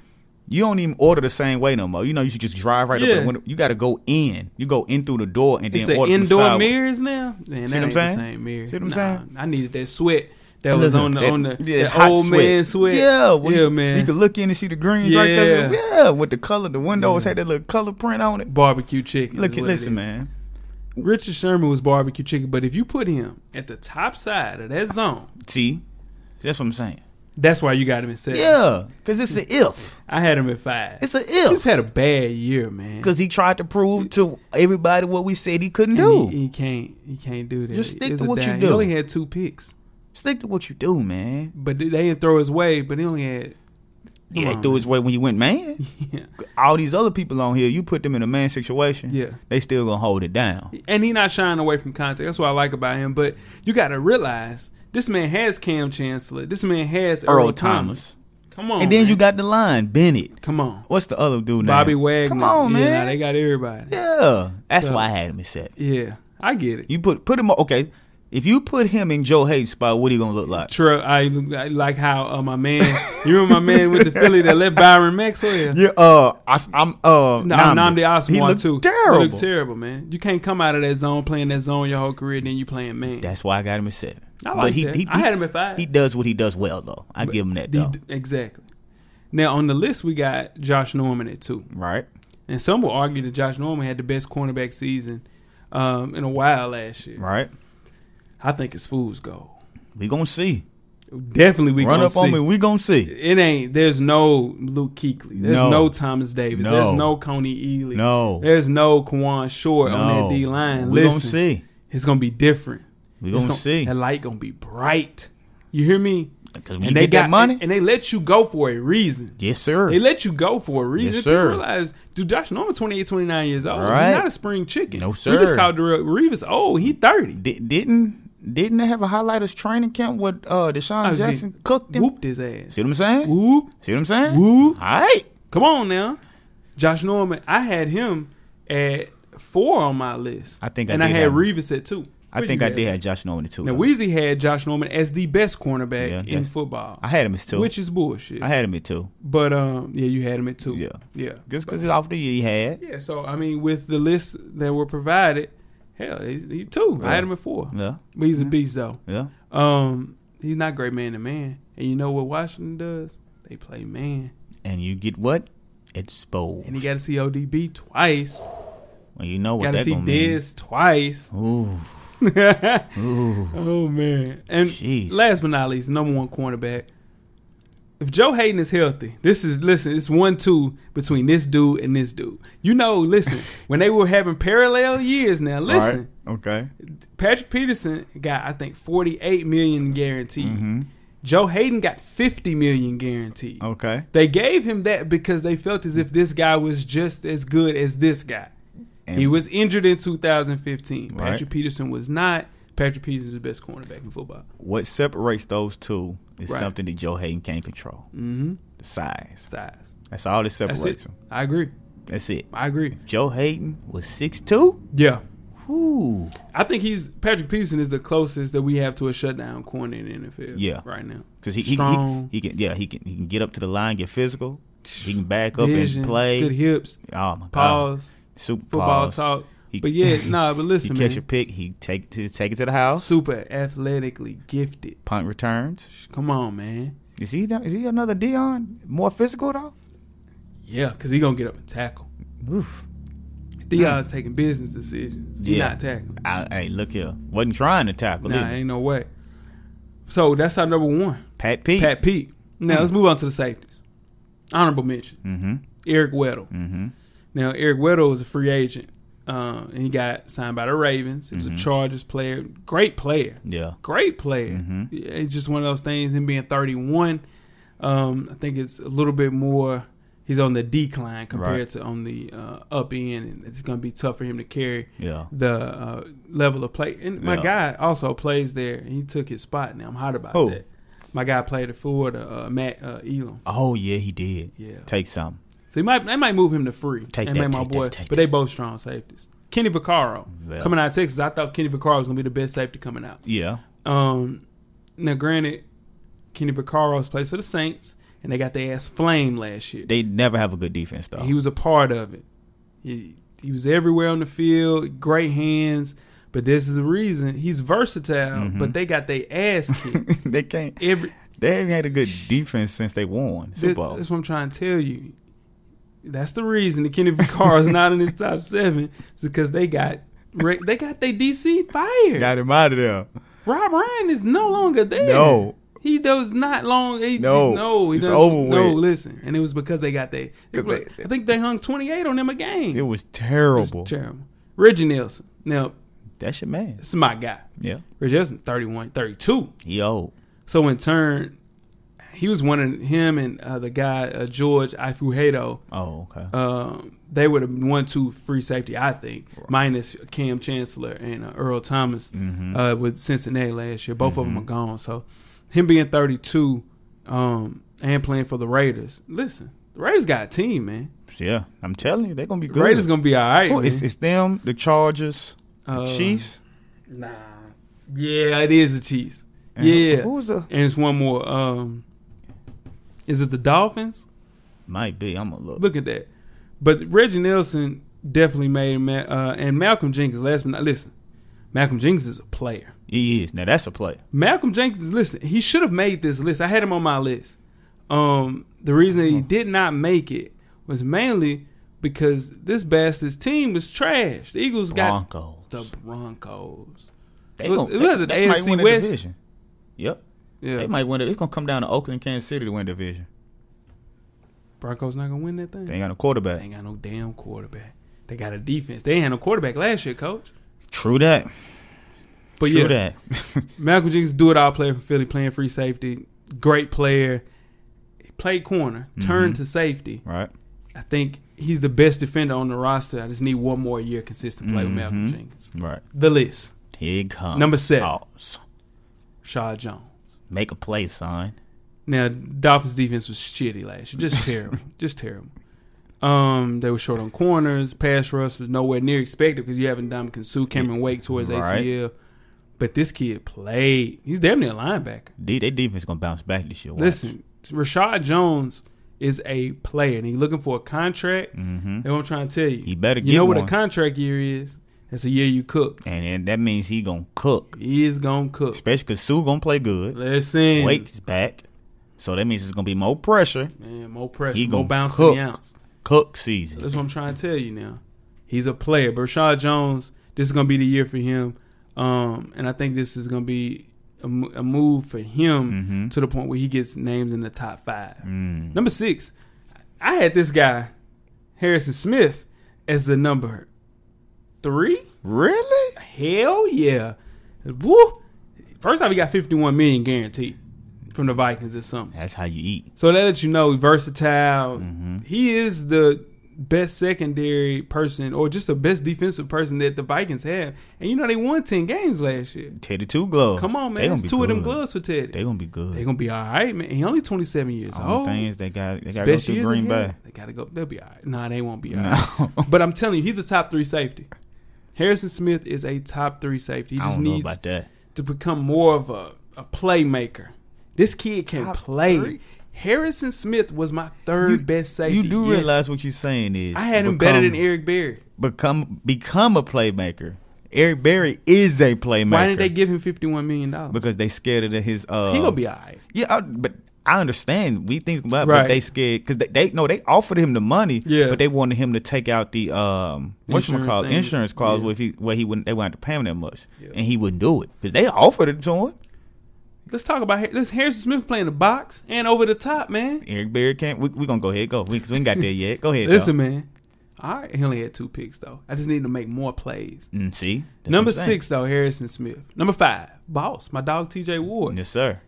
B: You don't even order the same way no more. You know you should just drive right up.
A: Yeah.
B: to the window. You got to go in. You go in through the door and
A: It's
B: then
A: an
B: order from
A: indoor
B: sideways.
A: mirrors now. Man,
B: See
A: that
B: what I'm
A: ain't the
B: saying?
A: same mirror.
B: See what I'm
A: Nah,
B: saying?
A: I needed that sweat that was
B: Listen,
A: on the
B: that-
A: on the,
B: yeah,
A: that
B: hot
A: old man sweat.
B: Yeah, well,
A: yeah,
B: you,
A: man.
B: You could look in and see the greens right there.
A: Yeah.
B: Yeah, with the color, the windows had that little color print on it.
A: barbecue chicken.
B: Look,
A: is what
B: at
A: it
B: listen,
A: is.
B: man.
A: Richard Sherman was barbecue chicken, but if you put him at the top side of that zone,
B: See, that's what I'm saying.
A: that's why you got him at seven.
B: Yeah, because it's an if.
A: I had him at five.
B: It's an
A: He's
B: if.
A: had a bad year, man.
B: Because he tried to prove to everybody what we said he couldn't
A: And
B: do.
A: he, he can't. He can't do that.
B: Just stick
A: It's
B: to
A: a
B: what you
A: down- He
B: do.
A: only had two picks,
B: Stick to what you do, man.
A: but they didn't throw his way. But he only had. Come
B: Yeah,
A: on,
B: he threw his way when he went man.
A: Yeah.
B: All these other people on here, you put them in a man situation.
A: Yeah.
B: they still gonna hold it down.
A: and he not shying away from contact. That's what I like about him. But you got to realize this man has Cam Chancellor. This man has Earl,
B: Earl
A: Thomas.
B: Thomas.
A: Come on,
B: And then
A: man.
B: you got the line Bennett.
A: come on,
B: What's the other dude?
A: Bobby
B: name?
A: Wagner.
B: Come on,
A: yeah,
B: man.
A: nah, they got everybody. Yeah.
B: Yeah, that's
A: So-
B: why I had him at seven.
A: I get it.
B: You put put him okay. If you put him in Joe Hayes' spot, what he gonna look like?
A: True. I, I like how uh, my man. You remember my man with the Philly that left Byron Maxwell.
B: Yeah, uh, I, am uh,
A: No, Namdi
B: He
A: Osman
B: looked
A: too.
B: terrible.
A: He looked terrible, man. You can't come out of that zone playing that zone your whole career, then you playing man.
B: That's why I got him at seven.
A: I like that. I had him at five.
B: He does what he does well, though. I give him that,
A: The-
B: though.
A: exactly. Now on the list we got Josh Norman at two.
B: right?
A: And some will argue that Josh Norman had the best cornerback season um, in a while last year.
B: Right.
A: I think it's fool's gold.
B: We gonna see.
A: Definitely we
B: Run
A: gonna
B: up on
A: see.
B: me. We gonna see.
A: It ain't. There's no Luke Kuechly. There's no,
B: No.
A: Thomas Davis.
B: No.
A: There's no Coney Ealy.
B: No.
A: There's no Quan Short on
B: No.
A: that D line.
B: We
A: Listen,
B: gonna see.
A: it's gonna be different.
B: We
A: It's
B: gonna
A: gonna-
B: see.
A: That light gonna be bright. You hear me?
B: Because when you get that money,
A: and they let you go for a reason.
B: yes, sir.
A: They let you go for a reason.
B: Yes,
A: If you
B: sir.
A: realize, dude, Josh Norman 28, 29 years old.
B: Right.
A: He's not a spring chicken.
B: No,
A: We just
B: sir.
A: called Darrell Reeves. Oh, he 30.
B: Di- didn't didn't they have a highlighters training camp with uh,
A: I
B: Deshaun
A: was
B: Jackson
A: getting-
B: cooked him?
A: Whooped his ass.
B: See what I'm saying?
A: Whoop.
B: See what I'm saying?
A: Whoop.
B: All right.
A: Come on now. Josh Norman, I had him at four on my list.
B: I think I
A: And I
B: did
A: had
B: have-
A: Reeves at two.
B: I
A: What
B: think
A: you
B: I
A: had?
B: did have Josh Norman too.
A: Now, Weezy had Josh Norman as the best cornerback
B: Yeah,
A: in
B: yes.
A: football,
B: I had him as two.
A: which is bullshit.
B: I had him at two.
A: but, um, yeah, you had him at two.
B: Yeah.
A: Yeah.
B: Just because off the year he had.
A: Yeah, so I mean, with the list that were provided, hell, he's, he two. I had him at four.
B: Yeah.
A: But he's a beast though.
B: Yeah.
A: Um, he's not great man to man. And you know what Washington does? They play man.
B: And you get what? Exposed.
A: And you got to see ODB twice.
B: well, you know
A: Got
B: what
A: to
B: that
A: see
B: gonna mean.
A: Diz twice.
B: Ooh.
A: oh man! And
B: Jeez.
A: last but not least, number one cornerback. If Joe Hayden is healthy, this is listen. It's one two between this dude and this dude. You know, listen. when they were having parallel years, now listen.
B: All right. Okay.
A: Patrick Peterson got I think 48 million guaranteed.
B: Mm-hmm.
A: Joe Hayden got 50 million guaranteed.
B: Okay.
A: They gave him that because they felt as if this guy was just as good as this guy.
B: And-
A: he was injured in 2015.
B: Right.
A: Patrick Peterson was not. Patrick Peterson is the best cornerback in football.
B: What separates those two is
A: Right.
B: something that Joe Hayden can't control.
A: Mhm.
B: The size.
A: Size.
B: That's all that
A: That's
B: separates
A: it.
B: them.
A: I agree.
B: That's it.
A: I agree.
B: Joe Hayden was six two.
A: Yeah.
B: Ooh.
A: I think he's Patrick Peterson is the closest that we have to a shutdown corner in the NFL.
B: Yeah.
A: Right now.
B: Because he, he, he
A: Strong.
B: he can yeah he can he can get up to the line, get physical. He can back up
A: Vision,
B: and play.
A: Good hips.
B: Oh my god!
A: Pause.
B: Super
A: football
B: pause.
A: talk.
B: He-
A: but yeah, nah, but
B: He
A: listen,
B: catch a
A: man.
B: pick. He take to take it to the house.
A: Super athletically gifted.
B: Punt returns.
A: Come on, man.
B: Is he down- is he another Dion? More physical though.
A: Yeah, because he going to get up and tackle.
B: Oof.
A: Dion's taking business decisions. He
B: Yeah.
A: not tackling.
B: I, hey, look here. Wasn't trying to tackle.
A: Nah, eh.
B: either.
A: ain't no way. So that's our number one,
B: Pat Pete.
A: Pat Pete. Mm. Now let's move on to the safeties. Honorable mention,
B: Mm-hmm.
A: Eric Weddle.
B: Mm-hmm.
A: Now Eric Weddle is a free agent. Uh, and he got signed by the Ravens. He was a Chargers player, great player,
B: Yeah.
A: great player.
B: Mm-hmm.
A: Yeah, It's just one of those things. Him being 31, um, I think it's a little bit more. He's on the decline compared
B: Right.
A: to on the uh, up end, and it's going to be tough for him to carry
B: Yeah.
A: the uh, level of play. And my
B: Yeah.
A: guy also plays there. and He took his spot now. I'm hot about
B: Who?
A: that. My guy played it for the uh, Matt uh, Elam.
B: Oh yeah, he did.
A: Yeah.
B: Take some.
A: So he might they might move him to free.
B: Take
A: and
B: that,
A: make my
B: take that,
A: boy.
B: take
A: but they both strong safeties. Kenny Vaccaro
B: Yeah.
A: coming out of Texas. I thought Kenny Vaccaro was gonna be the best safety coming out.
B: Yeah.
A: Um, now granted, Kenny Vaccaro's plays for the Saints, and they got their ass flame last year.
B: They never have a good defense though.
A: And he was a part of it. He he was everywhere on the field, great hands. But this is the reason he's versatile.
B: Mm-hmm.
A: But they got their ass kicked
B: they can't.
A: every.
B: They haven't had a good defense since they won Super
A: This-
B: Bowl.
A: That's what I'm trying to tell you. That's the reason the Kenny Vaccaro is not in his top seven is because they got re- they got their DC fired.
B: Got him out of there.
A: Rob Ryan is no longer there.
B: No.
A: He does not long. He,
B: No.
A: no, he
B: It's
A: doesn't-
B: over
A: No,
B: with.
A: listen, and it was because they got they.
B: 'Cause they-
A: I think they hung twenty eight on them a game.
B: It was terrible.
A: Terrible. Reggie Nelson. Now,
B: That's your man.
A: this is my guy.
B: Yeah.
A: Reggie Nelson, 31, 32.
B: He old.
A: So in turn, he was one of him and uh, the guy uh, George Ifuhedo.
B: Oh, okay.
A: Um, they would have won two free safety, I think, minus Cam Chancellor and uh, Earl Thomas
B: Mm-hmm.
A: uh, with Cincinnati last year. Both of them are gone. So him being 32 um, and playing for the Raiders. Listen, the Raiders got a team, man.
B: yeah. I'm telling you, they're gonna be
A: The
B: good.
A: Raiders gonna be all right.
B: Oh, it's,
A: man.
B: it's them, the Chargers, the
A: Uh,
B: Chiefs.
A: Nah. Yeah, it is the Chiefs.
B: and
A: yeah.
B: Who, who's the?
A: And it's one more. Um, is it the Dolphins?
B: Might be. I'm gonna look.
A: Look at that. But Reggie Nelson definitely made him. Uh, and Malcolm Jenkins. Last but not listen, Malcolm Jenkins is a player.
B: He is. Now that's a play.
A: Malcolm Jenkins. Listen, he should have made this list. I had him on my list. Um, the reason
B: Mm-hmm.
A: that he did not make it was mainly because this bastard's team was trash. The Eagles got
B: Broncos.
A: the Broncos.
B: they
A: Look-
B: gonna,
A: look at the
B: they, they might
A: AFC
B: win the
A: West.
B: division. Yep.
A: Yeah,
B: They might win. It. It's gonna come down to Oakland, and Kansas City to win the division.
A: Broncos not gonna win that thing.
B: They ain't got no quarterback.
A: They ain't got no damn quarterback. They got a defense. They ain't had no quarterback last year, coach.
B: True that.
A: But
B: True
A: yeah,
B: that.
A: Malcolm Jenkins, do it all player for Philly, playing free safety. Great player. He played corner, turned to safety.
B: right.
A: I think he's the best defender on the roster. I just need one more year consistent play with Malcolm Jenkins.
B: Right.
A: The list
B: Here it comes.
A: Number seven.
B: Sauce.
A: Shaw Jones.
B: Make a play, son.
A: Now, Dolphins defense was shitty last year. Just terrible. Just terrible. Um, they were short on corners. Pass rush was nowhere near expected because you haven't done Kinsu, Cameron Wake towards
B: Right.
A: ACL. But this kid played. He's damn near a linebacker.
B: D- their defense gonna bounce back this year. Watch.
A: Listen, Rashad Jones is a player, and he's looking for a contract. Mm-hmm. And I'm trying to tell you,
B: He better
A: you
B: get
A: know what a
B: one.
A: contract year is. That's a year you cook.
B: and, and that means he gonna cook.
A: He is gonna cook.
B: Especially because Sue gonna play good.
A: Listen,
B: Wake's back, so that means it's gonna be more pressure.
A: man, more pressure,
B: He
A: more
B: gonna
A: bounce to
B: cook.
A: the ounce.
B: Cook season.
A: That's what I'm trying to tell you now. He's a player. But Rashad Jones, this is going to be the year for him. Um, and I think this is going to be a, mo- a move for him to the point where he gets names in the top five. Number six, I had this guy, Harrison Smith, as the number three.
B: Really?
A: Hell yeah. Woo. First time he got 51 million guaranteed from the Vikings this summer.
B: That's how you eat.
A: So that lets you know he's versatile.
B: Mm-hmm.
A: He is the best secondary person or just the best defensive person that the Vikings have. And you know they won ten games last year.
B: Teddy two gloves.
A: Come on,
B: They
A: man.
B: gonna
A: It's
B: be
A: two of them
B: good.
A: gloves for Teddy.
B: They
A: They're
B: gonna be good.
A: gonna be all right, man. He only twenty seven years
B: Only
A: old.
B: things they got. They got to go
A: Best
B: through
A: years
B: Green
A: ahead.
B: Bay.
A: They gotta go. They'll be all right. Nah, they won't be all right.
B: No.
A: But I'm telling you, he's a top three safety. Harrison Smith is a top three safety. He
B: I
A: just
B: don't know
A: needs
B: about that.
A: to become more of a, a playmaker. This kid can play. Harrison Smith was my third best safety.
B: You do
A: Yes.
B: realize what you're saying is
A: I had him
B: become-
A: better than Eric Berry.
B: Become become a playmaker. Eric Berry is a playmaker.
A: Why didn't they give him fifty one million dollars?
B: Because they scared of his. Uh,
A: He gonna be all right.
B: Yeah, I, but I understand. We think, but,
A: Right.
B: but they scared because they, they no, they offered him the money.
A: Yeah.
B: but they wanted him to take out the um, what you call
A: Insurance thing.
B: insurance clause
A: Yeah.
B: where he where he wouldn't they wouldn't have to pay him that much, and he wouldn't do it because they offered it to him.
A: Let's talk about Har- this Harrison Smith playing the box and over the top, man.
B: Eric Berry can't. We, we gonna go ahead go. We, 'cause we ain't got there yet. Go ahead.
A: Listen,
B: dog.
A: man. All right, he only had two picks though. I just need to make more plays.
B: Mm, see, That's what
A: Number
B: I'm saying.
A: six though, Harrison Smith. Number five, boss, my dog T.J. Ward.
B: Yes, sir.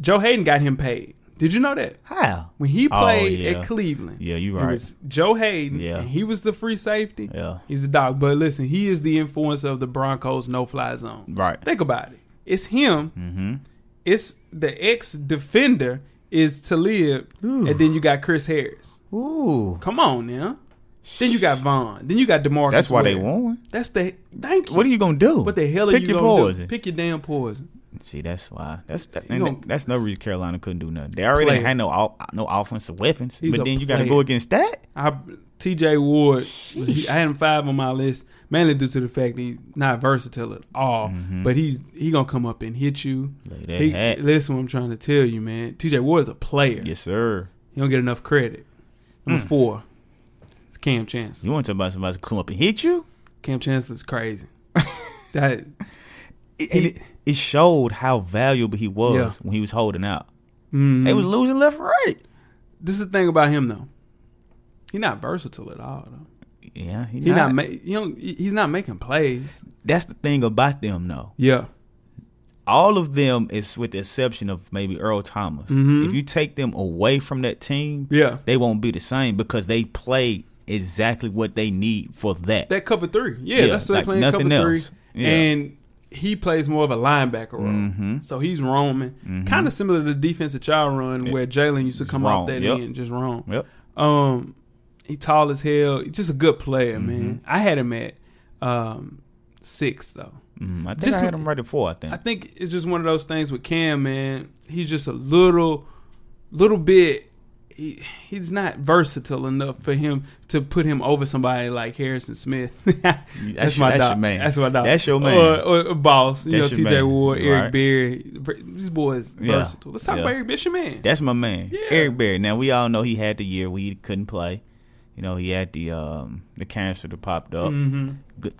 A: Joe Hayden got him paid. Did you know that
B: How?
A: when he
B: Oh,
A: played
B: yeah.
A: at Cleveland?
B: Yeah, you
A: It
B: right.
A: was Joe Hayden.
B: Yeah.
A: and he was the free safety.
B: Yeah.
A: He's a dog. But listen, he is the influence of the Broncos no fly zone.
B: Right.
A: Think about it. It's him.
B: Mm-hmm.
A: It's the ex defender is Talib, and then you got Chris Harris.
B: Ooh,
A: Come on now. Then you got Vaughn. Then you got Demarcus.
B: that's why they
A: Ware.
B: won.
A: That's the thank you.
B: What are you gonna do?
A: What the hell are
B: Pick
A: you
B: your
A: gonna
B: poison.
A: do? Pick your damn poison.
B: See, that's why. That's that,
A: You
B: and
A: gonna-
B: that's no reason Carolina couldn't do nothing. They already
A: Player.
B: had no all, no offensive weapons,
A: He's a
B: but then you got to
A: player.
B: go against that.
A: I TJ Ward. he- I had him five on my list mainly due to the fact that he's not versatile at all. But he's he gonna come up and hit you.
B: Like Mm-hmm. that
A: He,
B: hat.
A: listen, what I'm trying to tell you, man. TJ Ward is a player.
B: Yes, sir.
A: He don't get enough credit.
B: Mm.
A: Number four, it's Cam Chancellor.
B: You want to talk about somebody to come up and hit you?
A: Cam Chancellor's crazy. that
B: It,
A: He-
B: it, it showed how valuable he was
A: Yeah.
B: when he was holding out.
A: mm,
B: They was losing left, right.
A: this is the thing about him though. He's not versatile at all. Though.
B: Yeah, he
A: He
B: not.
A: not ma- you know he- he's not making plays.
B: that's the thing about them, though.
A: Yeah,
B: all of them is with the exception of maybe Earl Thomas.
A: Mhm.
B: If you take them away from that team,
A: yeah.
B: they won't be the same because they play exactly what they need for that.
A: That cover three. Yeah,
B: Yeah,
A: that's what
B: like
A: they're playing
B: nothing
A: cover three.
B: else. Yeah.
A: And he plays more of a linebacker role.
B: Mhm.
A: So he's roaming.
B: Mm-hmm.
A: Kind of similar to the defensive child run where Jalen used to come off
B: roam,
A: that
B: yep.
A: end just wrong.
B: Yep.
A: Um he tall as hell. He's just a good player,
B: Mm-hmm.
A: man. I had him at um six though.
B: Mm, I think
A: Just-
B: I had them right at four. I think.
A: I think it's just one of those things with Cam, man. He's just a little, little bit. He, he's not versatile enough for him to put him over somebody like Harrison Smith. that's,
B: your- that's your man.
A: That's my dog.
B: That's your man.
A: Or, or, or boss. You
B: That's
A: know,
B: your
A: T.J.
B: man.
A: Ward, Eric
B: Right.
A: Berry. These boys
B: Yeah.
A: versatile. Let's talk
B: Yeah.
A: about Eric Berry. That's your man.
B: That's my man,
A: Yeah.
B: Eric Berry. Now we all know he had the year where he couldn't play. You know he had the um, the cancer that popped up.
A: hmm
B: Good.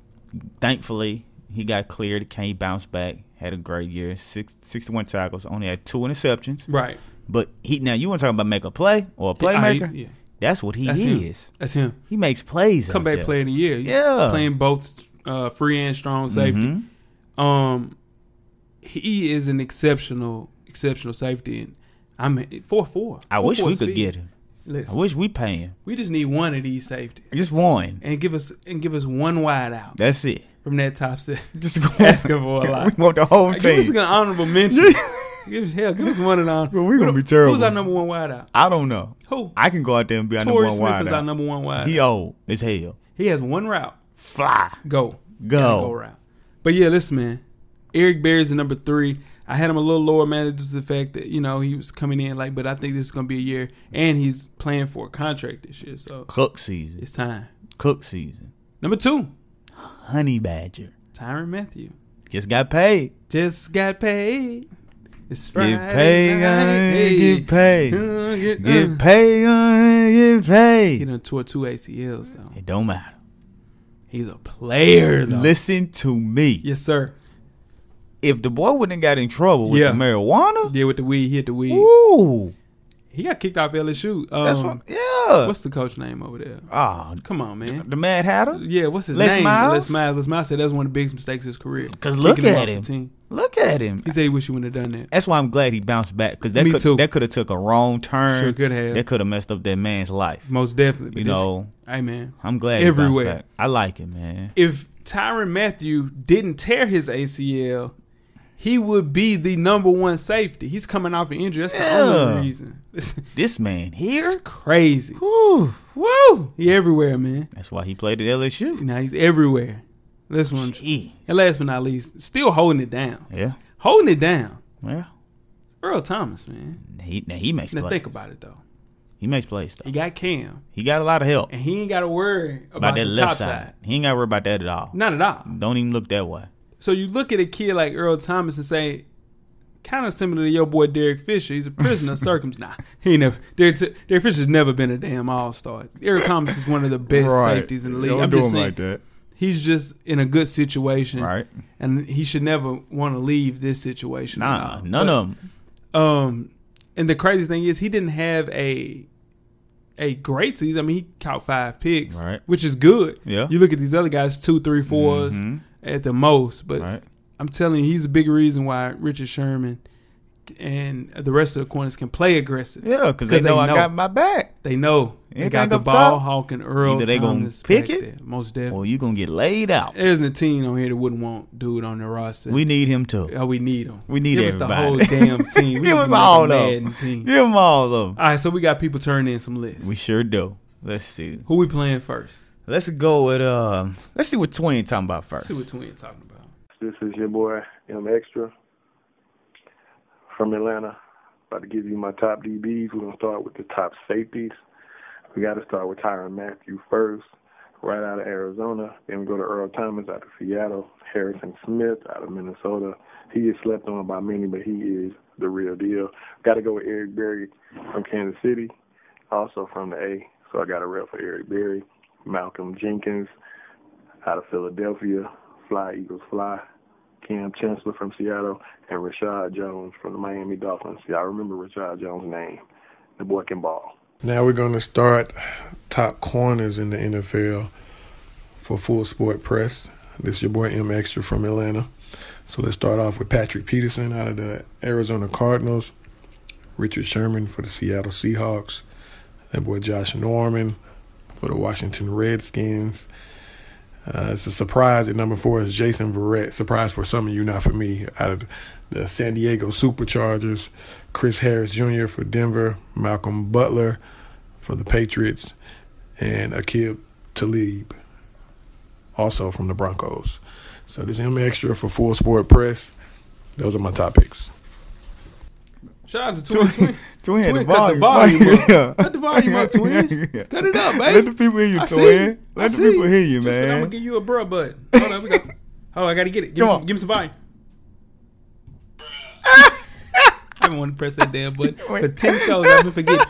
B: Thankfully, he got cleared. Came bounced back. Had a great year. Six, 61 tackles. Only had two interceptions.
A: Right.
B: But he now you want to talk about make a play or a playmaker?
A: I- yeah.
B: That's what he
A: That's him.
B: is.
A: That's him.
B: He makes plays. out
A: Comeback
B: there.
A: player of the year.
B: Yeah.
A: Playing both uh, free and strong safety.
B: Mhm.
A: Um, he is an exceptional, exceptional safety, and I'm four four.
B: I wish we could get him. I
A: Listen,
B: wish we pay him.
A: we just need one of these safeties,
B: Just one.
A: and give us and give us one wide out
B: That's it.
A: from that top set.
B: Just go
A: Asking for a lot.
B: We want the whole
A: give us an
B: team.
A: honorable mention. give us hell. Give us one of the honor.
B: Well, we gonna be terrible.
A: Who's our number one wide out?
B: I don't know.
A: Who?
B: I can go out there and be our number
A: Torrey
B: one
A: Smith
B: wide.
A: is our
B: out.
A: number one wide.
B: He
A: out.
B: old as hell.
A: he has one route.
B: Fly.
A: Go.
B: Go.
A: Yeah, go route. But yeah, listen, man. Eric Berry's the number three. I had him a little lower, man, just the fact that, you know, he was coming in like, but I think this is going to be a year. And he's playing for a contract this year. So
B: Cook season.
A: it's time.
B: Cook season.
A: Number two,
B: Honey badger.
A: Tyron Matthew.
B: Just got paid.
A: Just got paid. It's Friday.
B: Get paid.
A: night.
B: honey, Get paid.
A: Uh, Get,
B: Get
A: paid.
B: paid. honey, Get
A: He
B: paid.
A: done tore two ACLs, though.
B: It don't matter.
A: He's a player, though.
B: Listen to me.
A: Yes, sir.
B: If the boy wouldn't got in trouble with
A: Yeah.
B: the marijuana,
A: Deal with the weed. Hit the weed.
B: ooh,
A: He got kicked off LSU. Um,
B: that's what. Yeah.
A: What's the coach name over there?
B: Oh,
A: Come on, man.
B: the Mad Hatter.
A: Yeah, what's his
B: Les
A: name? Les
B: Miles?
A: Miles. Les Miles said that was one of the biggest mistakes of his career.
B: 'Cause look
A: Kicking
B: at
A: off the
B: him.
A: team.
B: Look at him.
A: He said he wish he wouldn't have done that.
B: That's why I'm glad he bounced back because that
A: Me too.
B: could that could have took a wrong turn.
A: Sure could have.
B: That could have messed up that man's life.
A: Most definitely. But
B: You
A: this-
B: know,
A: hey man,
B: I'm glad he
A: everywhere.
B: bounced back. I like it, man.
A: if Tyron Matthew didn't tear his ACL, he would be the number one safety. He's coming off an injury. That's the
B: Yeah.
A: only reason. It's,
B: This man
A: it's
B: here.
A: crazy.
B: Whew.
A: Woo! He everywhere, man.
B: That's why he played at LSU.
A: Now he's everywhere. This one,
B: Gee.
A: and last but not least, still holding it down.
B: Yeah.
A: Holding it down.
B: Well,
A: Earl Thomas, man.
B: he now he makes.
A: Now
B: plays.
A: think about it though.
B: He makes plays. Though.
A: He got Cam,
B: He got a lot of help
A: and he ain't got to worry about,
B: about
A: the
B: that
A: top
B: left
A: side.
B: side. He ain't got to worry about that at all.
A: Not at all.
B: Don't even look that way.
A: So you look at a kid like Earl Thomas and say, kind of similar to your boy Derek Fisher. He's a prisoner of circumstance. Nah, he ain't never. Derek, Derek Fisher's never been a damn all star. Earl Thomas is one of the best safeties in the league. I'm just saying,
B: that.
A: he's just in a good situation,
B: Right.
A: And he should never want to leave this situation.
B: Nah,
A: Uh,
B: none of them.
A: Um, and the crazy thing is, he didn't have a a great season. I mean, he caught five picks,
B: Right.
A: which is good.
B: Yeah.
A: You look at these other guys, two, three, fours
B: Mhm.
A: at the most. But
B: Right.
A: I'm telling you, he's a big reason why Richard Sherman and the rest of the corners can play aggressive.
B: Yeah, because they,
A: 'Cause they
B: know I
A: know.
B: got my back.
A: They know they
B: Anything
A: got the
B: up
A: ball,
B: top,
A: Hawk and Earl.
B: either they gonna
A: Thomas
B: pick
A: back
B: it,
A: there, most definitely.
B: Or you gonna get laid out.
A: There's a team on here that wouldn't want dude on their roster.
B: We need him too.
A: oh, we need him.
B: We need
A: Give us
B: everybody.
A: the whole damn team. We
B: Give
A: need
B: us
A: to make a
B: all of
A: Madden
B: them.
A: Team.
B: Give them all of them.
A: All right, so we got people turning in some lists.
B: We sure do. Let's see.
A: Who we playing first?
B: Let's go with um. Let's see what Twin talking about
A: Let's
B: first.
A: see what Twin talking about.
E: This is your boy M Extra from Atlanta. About to give you my top DBs. We're gonna start with the top safeties. We got to start with Tyron Matthew first, right out of Arizona. Then we go to Earl Thomas out of Seattle. Harrison Smith out of Minnesota. He is slept on by many, but he is the real deal. Got to go with Eric Berry from Kansas City, also from the A. So I got a rep for Eric Berry. Malcolm Jenkins out of Philadelphia. Fly Eagles Fly. Cam Chancellor from Seattle and Rashad Jones from the Miami Dolphins. See, I remember Rashad Jones' name. The boy can ball.
F: Now we're going to start top corners in the NFL for Full Sport Press. This is your boy M Extra from Atlanta. So let's start off with Patrick Peterson out of the Arizona Cardinals, Richard Sherman for the Seattle Seahawks, that boy Josh Norman for the Washington Redskins. Uh, it's a surprise at number four is Jason Verrett. Surprise for some of you, not for me. Out of the San Diego Superchargers, Chris Harris Jr. for Denver, Malcolm Butler for the Patriots, and Akib Talib, also from the Broncos. So this M extra for Full Sport Press. Those are my top picks.
A: Shout out to Twin. Twin,
B: Twin,
A: Twin cut the volume up. Cut the volume up, Twin. Cut it up,
B: Let
A: babe.
B: the people hear you,
A: I see
B: Twin.
A: I
B: Let the
A: see
B: people hear you,
A: Just when I'm
B: man.
A: gonna give you a bruh button. Hold on, we got. Oh, I gotta get it. Give,
B: Come
A: me,
B: on.
A: some, give me some volume. I don't want to press that damn button.
B: Wait.
A: But ten shows, I'm gonna forget.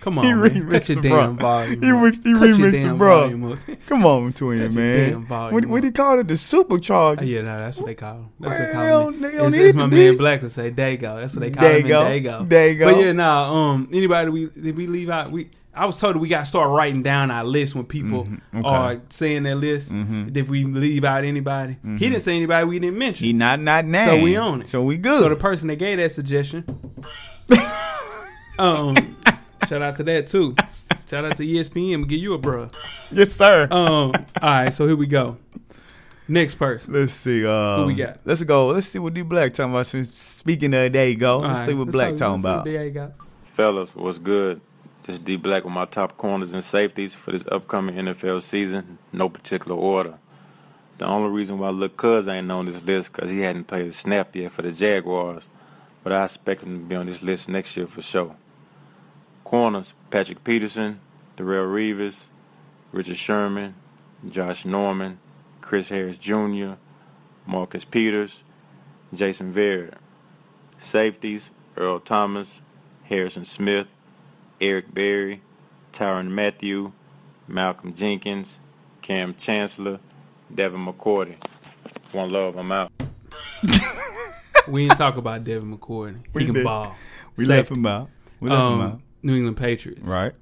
A: Come on,
B: He
A: man. Cut
B: remixed
A: your
B: the
A: damn
B: bruh.
A: volume.
B: He
A: up.
B: mixed- he
A: Cut your
B: remixed the
A: damn
B: bruh.
A: volume up.
B: Come on, Twin,
A: your
B: man.
A: damn volume
B: What, what
A: up.
B: he called it? The supercharger.
A: Oh, yeah, no, that's what they call him. That's
B: Man,
A: what they
B: they
A: call
B: don't-
A: him.
B: they don't
A: It's,
B: need
A: it's my
B: to
A: man
B: be.
A: Black would say Dago. That's what they call him.
B: Dago.
A: Dago.
B: Dago.
A: But yeah, nah. Um, anybody we if we leave out, we I was told that we got to start writing down our list when people
B: Mm-hmm. Okay. Mm-hmm.
A: are saying their list. If we leave out anybody, he didn't say anybody we didn't mention.
B: He not not now.
A: So we own it.
B: So we good.
A: So the person that gave that suggestion, um, shout out to that too. Shout out to E ESPN. Give you a bruh.
B: yes, sir.
A: Um, all right, so here we go. Next person.
B: Let's see. Um,
A: we got?
B: Let's go. Let's see what D Black talking about. Since speaking of Dago,
A: All
B: let's
A: right,
B: see what Black
A: let's
B: talking
A: see what
B: about.
A: they got.
G: Fellas, what's good? This is D Black with my top corners and safeties for this upcoming NFL season, no particular order. The only reason why Lil Cuz ain't on this list because he hadn't played a snap yet for the Jaguars, but I expect him to be on this list next year for sure. Corners Patrick Peterson, Darrell Reeves, Richard Sherman, Josh Norman, Chris Harris Jr., Marcus Peters, Jason Verrett. Safeties Earl Thomas, Harrison Smith, Eric Berry, Tyron Matthew, Malcolm Jenkins, Cam Chancellor, Devin McCourty. One love, I'm out.
A: We didn't talk about Devin McCourty.
B: We
A: He can
B: did.
A: ball.
B: We
A: Second,
B: left him out. We left him out.
A: um, New England Patriots.
B: Right.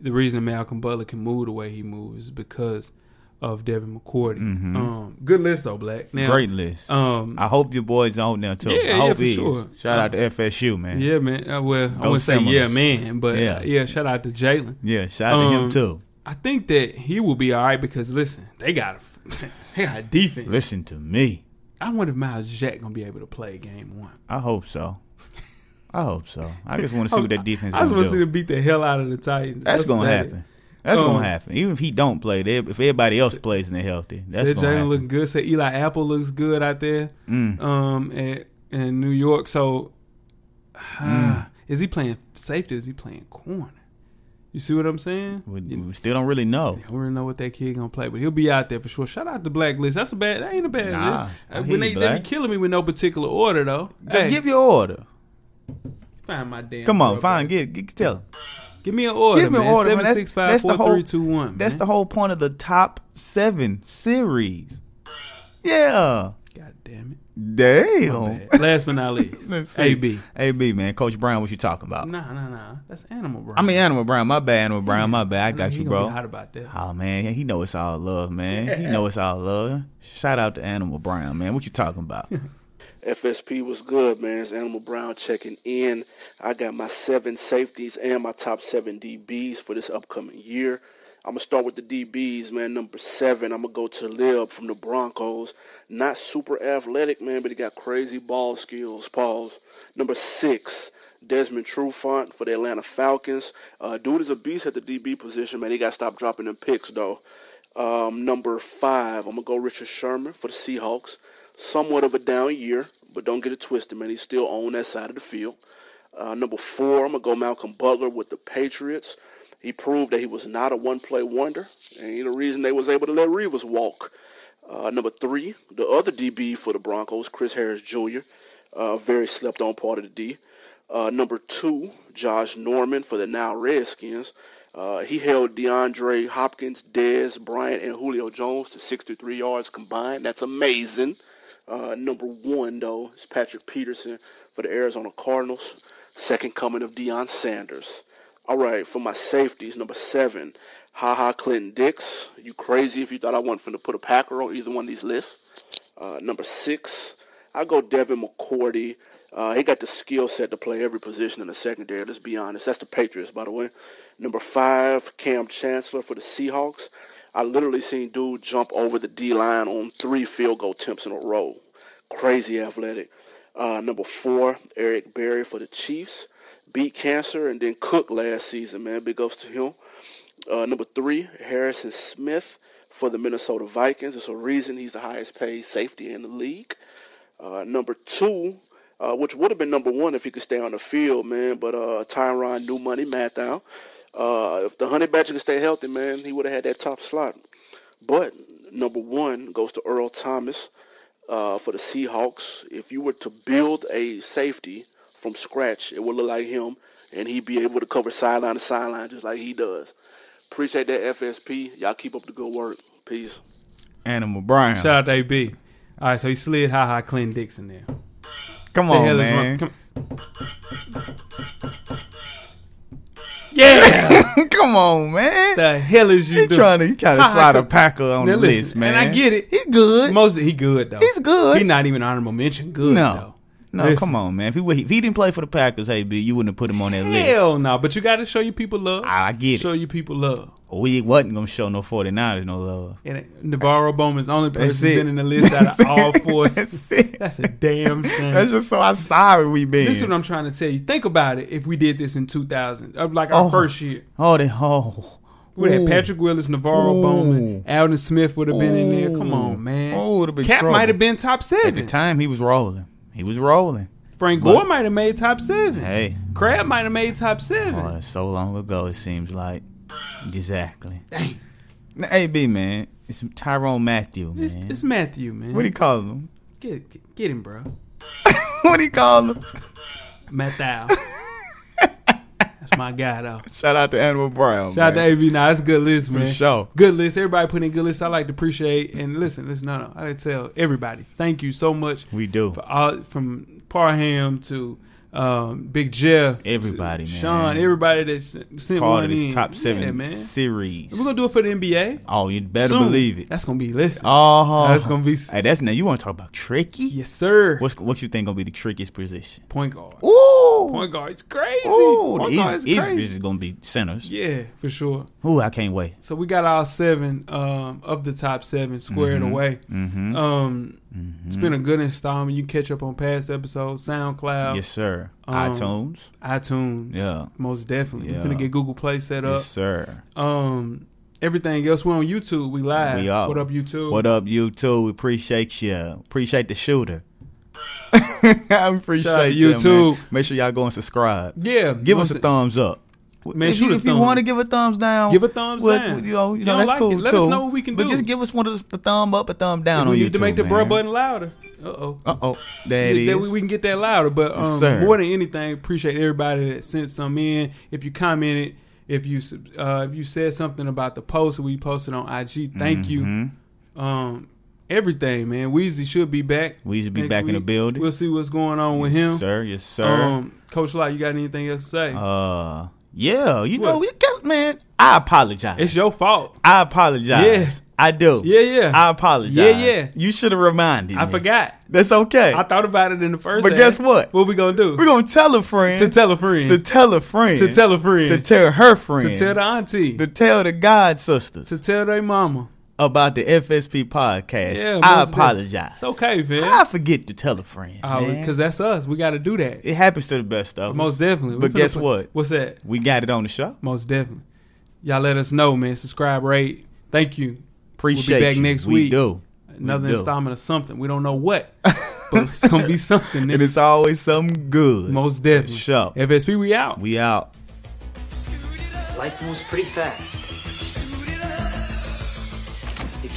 A: The reason Malcolm Butler can move the way he moves is because of Devin McCourty. Um, good list though, Black. Now,
B: Mm-hmm. Great list.
A: Um,
B: I hope your boy's on there too.
A: Yeah,
B: I
A: yeah,
B: hope
A: for
B: he is.
A: sure. Uh,
B: Shout out to FSU, man.
A: yeah, man. Uh, well, I
B: Go
A: wouldn't say yeah,
B: Seminoles.
A: man, but yeah,
B: Yeah.
A: yeah shout out to Jalen.
B: Yeah, shout out to him
A: Um,
B: too.
A: I think that he will be all right because listen, they got a, they got a defense.
B: Listen to me.
A: I wonder if Miles Jack gonna be able to play game one.
B: I hope so. I hope so. I just want to see what that defense
A: I just
B: gonna
A: want
B: do.
A: to see them beat the hell out of the Titans.
B: That's, gonna
A: about it.
B: happen. That's
A: Um,
B: gonna happen. Even if he don't play, they, if everybody else plays and they're healthy, that's
A: Said
B: gonna
A: Jalen
B: happen. Mm.
A: looking good. Said Eli Apple looks good out there. Um, at, in New York. So,
B: Mm.
A: ah, is he playing safety? Or is he playing corner? You see what I'm saying?
B: we,
A: You-
B: we still don't really know.
A: I don't really know what that kid gonna play, but he'll be out there for sure. Shout out to Blacklist. That's a bad. That ain't a bad
B: Nah,
A: list.
B: I
A: Uh,
B: hear you,
A: When they, they
B: Black.
A: be killing me with no particular order though.
B: Just
A: Hey,
B: Give your order.
A: find my damn.
B: Come on,
A: rubber.
B: fine. Get, get tell him.
A: Give me an order.
B: Give me an
A: man.
B: order, man.
A: Seven
B: That's-
A: six five
B: that's the
A: four three
B: whole-
A: two one.
B: That's
A: man.
B: the whole point of the top seven series. Yeah.
A: God damn it. My
B: Damn.
A: bad. Last but not
B: Let's
A: least,
B: see.
A: AB.
B: AB, man. Coach Brown, what you talking about?
A: Nah, nah, nah. That's Animal Brown.
B: I mean, Animal Brown. My bad, Animal Brown. My bad. I
A: know
B: got
A: he
B: you,
A: gonna
B: bro.
A: Be hot about that.
B: Oh man, he know it's all love, man. He know it's all love. Shout out to Animal Brown, man. What you talking about?
H: FSP was good, man. It's Animal Brown checking in. I got my seven safeties and my top seven DBs for this upcoming year. I'm going to start with the DBs, man. Number seven, I'm going to go to Lib from the Broncos. Not super athletic, man, but he got crazy ball skills. Pause. Number six, Desmond Trufant for the Atlanta Falcons. Uh, dude is a beast at the DB position, man. He got to stop dropping them picks, though. Um, number five, I'm going to go Richard Sherman for the Seahawks somewhat of a down year, but don't get it twisted, man. He's still on that side of the field. Uh, number four, I'm going to go Malcolm Butler with the Patriots. He proved that he was not a one-play wonder, and he the reason they was able to let Reeves walk. Uh, number three, the other DB for the Broncos, Chris Harris Jr., uh, very slept-on part of the D. Uh, number two, Josh Norman for the now Redskins. Uh, he held DeAndre Hopkins, Dez Bryant, and Julio Jones to 63 yards combined. That's amazing. Uh, number one, though, is Patrick Peterson for the Arizona Cardinals. Second coming of Deion Sanders. All right, for my safeties, number seven, Ha Ha Clinton Dix. You crazy if you thought I wasn't finna put a Packer on either one of these lists. Uh, number six, I go Devin McCourty. Uh, he got the skill set to play every position in the secondary. Let's be honest. That's the Patriots, by the way. Number five, Cam Chancellor for the Seahawks. I literally seen dude jump over the D line on three field goal attempts in a row. Crazy athletic. Uh, number four, Eric Berry for the Chiefs. Beat cancer and then cook last season, man. Big ups to him. Uh, number three, Harrison Smith for the Minnesota Vikings. It's a reason he's the highest paid safety in the league. Uh, number two, uh, which would have been number one if he could stay on the field, man. But uh, Tyron New Money Mathau, uh, if the Honey Badger could stay healthy, man, he would have had that top slot. But number one goes to Earl Thomas uh, for the Seahawks. If you were to build a safety from scratch, it would look like him, and he'd be able to cover sideline to sideline just like he does. Appreciate that FSP. Y'all keep up the good work. Peace.
B: Animal Brown.
A: Shout out to AB. All right, so he slid Ha Ha Clinton Dix in there.
B: Come
A: the
B: on,
A: hell is
B: man.
A: wrong? Come- yeah,
B: Come on, man.
A: the hell is you
B: he
A: doing?
B: trying to he trying to
A: Ha-ha
B: slide a
A: Clin-
B: packer on
A: Now
B: the
A: listen,
B: list, man.
A: and I get it.
B: He good.
A: Most he good though.
B: He's good.
A: He not even honorable mention. Good
B: no,
A: though.
B: no.
A: Listen,
B: Come on, man. If he wa- if he didn't play for the Packers, hey B, you wouldn't have put him on that list.
A: Hell no, but you got to show your people love.
B: I get
A: show
B: it.
A: your people love.
B: We wasn't gonna show no 49ers no love.
A: And it- Navarro Bowman's the only
B: That's
A: person
B: it.
A: been in the list out
B: That's
A: of all
B: it.
A: four.
B: That's it.
A: That's a damn shame.
B: That's just so how sorry we been.
A: This is what I'm trying to tell you. Think about it. If we did this in 2000, uh, like our
B: Oh.
A: first year,
B: oh, they, oh.
A: we would
B: Ooh.
A: have Patrick Willis, Navarro
B: Ooh.
A: Bowman, Alden Smith would have been in there. Come on,
B: Ooh.
A: man.
B: Oh, would've been
A: Cap
B: trouble.
A: might have been top
B: At the
A: seven.
B: time, he was rolling. He was rolling.
A: Frank
B: But-
A: Gore might have made top seven.
B: Hey,
A: Crab might have made top seven.
B: oh, it's so long ago, it seems like. Exactly. Now, AB, man, it's Tyrone Matthew,
A: It's,
B: man.
A: it's Matthew, man.
B: what do you call him?
A: get, get, get him, bro.
B: what do you call him?
A: Matthew. That's my guy, though.
B: Shout out to Animal Brown.
A: Shout out to
B: man.
A: AV. Nah, that's a good list, man.
B: sure.
A: Good list. Everybody put in good lists. I like to appreciate and listen, listen, no, no. I didn't tell everybody. Thank you so much.
B: We do.
A: For all, from Parham to um, Big Jeff.
B: Everybody,
A: to
B: man.
A: Sean, everybody that s- sent
B: Part
A: one
B: of this
A: in.
B: top seven
A: Yeah, man.
B: series.
A: We're gonna do it for the NBA.
B: Oh, you better
A: Soon.
B: believe it.
A: That's gonna be listen.
B: Oh,
A: That's gonna be-
B: Hey, that's now. You want to talk about tricky?
A: yes, sir.
B: What's what you think gonna be the trickiest position?
A: point guard?
B: Ooh,
A: Point guard's crazy.
B: Ooh,
A: point
B: the
A: guard's
B: easiest easiest
A: crazy.
B: is gonna be centers.
A: Yeah, for sure.
B: Ooh, I can't wait.
A: So we got all seven um, of the top seven squared away.
B: Mm-hmm.
A: Um, It's been a good installment. You can catch up on past episodes, SoundCloud,
B: yes, sir.
A: um,
B: iTunes.
A: iTunes.
B: Yeah.
A: Most definitely.
B: Yeah.
A: We're going to get Google Play set up.
B: Yes, sir.
A: Um, everything else. We're on YouTube. We live.
B: We up.
A: What up, YouTube?
B: What up, you too? We appreciate you. Appreciate the shooter. I
A: Shout out to
B: appreciate
A: you
B: you
A: too.
B: too. Make sure y'all go and subscribe.
A: Yeah.
B: Give us a
A: listen,
B: thumbs up.
A: Man,
B: if
A: shoot
B: you,
A: a
B: if you
A: thumb.
B: want to give a thumbs down,
A: Give a thumbs
B: well,
A: down.
B: You know, you
A: You
B: know
A: don't
B: that's
A: like
B: cool
A: it, let
B: too.
A: us know what we can
B: but
A: do.
B: just give us one of the, the thumb up, a thumb down on
A: We
B: YouTube.
A: need to make the
B: man.
A: bruh button louder. Uh oh.
B: Uh oh, that
A: Yeah, that
B: is.
A: way we can get that louder. But
B: Yes,
A: um,
B: sir.
A: more than anything, appreciate everybody that sent some in. If you commented, if you sub-
B: Mm-hmm.
A: uh, if you said something about the post that we posted on IG, thank you. Um, everything, man. Weezy should be back.
B: We used to be
A: next
B: back in the
A: week.
B: building.
A: We'll see what's going on with
B: Yes,
A: him.
B: Sir, yes, sir.
A: Um, Coach Lott, you got anything else to say?
B: uh, yeah, you
A: What?
B: know, you got, man, I apologize.
A: it's your fault.
B: I apologize.
A: Yeah.
B: I do.
A: Yeah, yeah.
B: I apologize.
A: Yeah, yeah.
B: You should have reminded
A: I
B: me.
A: forgot.
B: That's okay.
A: I thought about it in the first.
B: But
A: half.
B: guess what?
A: What we gonna do?
B: We're going to tell a friend.
A: to tell a friend.
B: To tell a friend.
A: To tell a friend.
B: To tell her friend.
A: To tell the auntie.
B: To tell the God sisters.
A: to tell their mama.
B: about the FSP podcast.
A: Yeah,
B: I
A: most definitely.
B: apologize.
A: It's okay, man.
B: I forget to tell a friend. man.
A: because that's us. We got to do that.
B: it happens to the best of us.
A: Most definitely. We
B: But
A: finna
B: guess
A: put-
B: what?
A: What's that?
B: We got it on the show.
A: Most definitely. Y'all let us know, man. Subscribe, rate. Thank you.
B: Appreciate
A: back
B: you.
A: next
B: we
A: week.
B: do.
A: Another
B: do.
A: installment of something. We don't know what, but it's gonna be something.
B: And it's always something good.
A: most definitely.
B: Sure.
A: FSP, we out.
B: We out.
I: Life moves pretty fast. If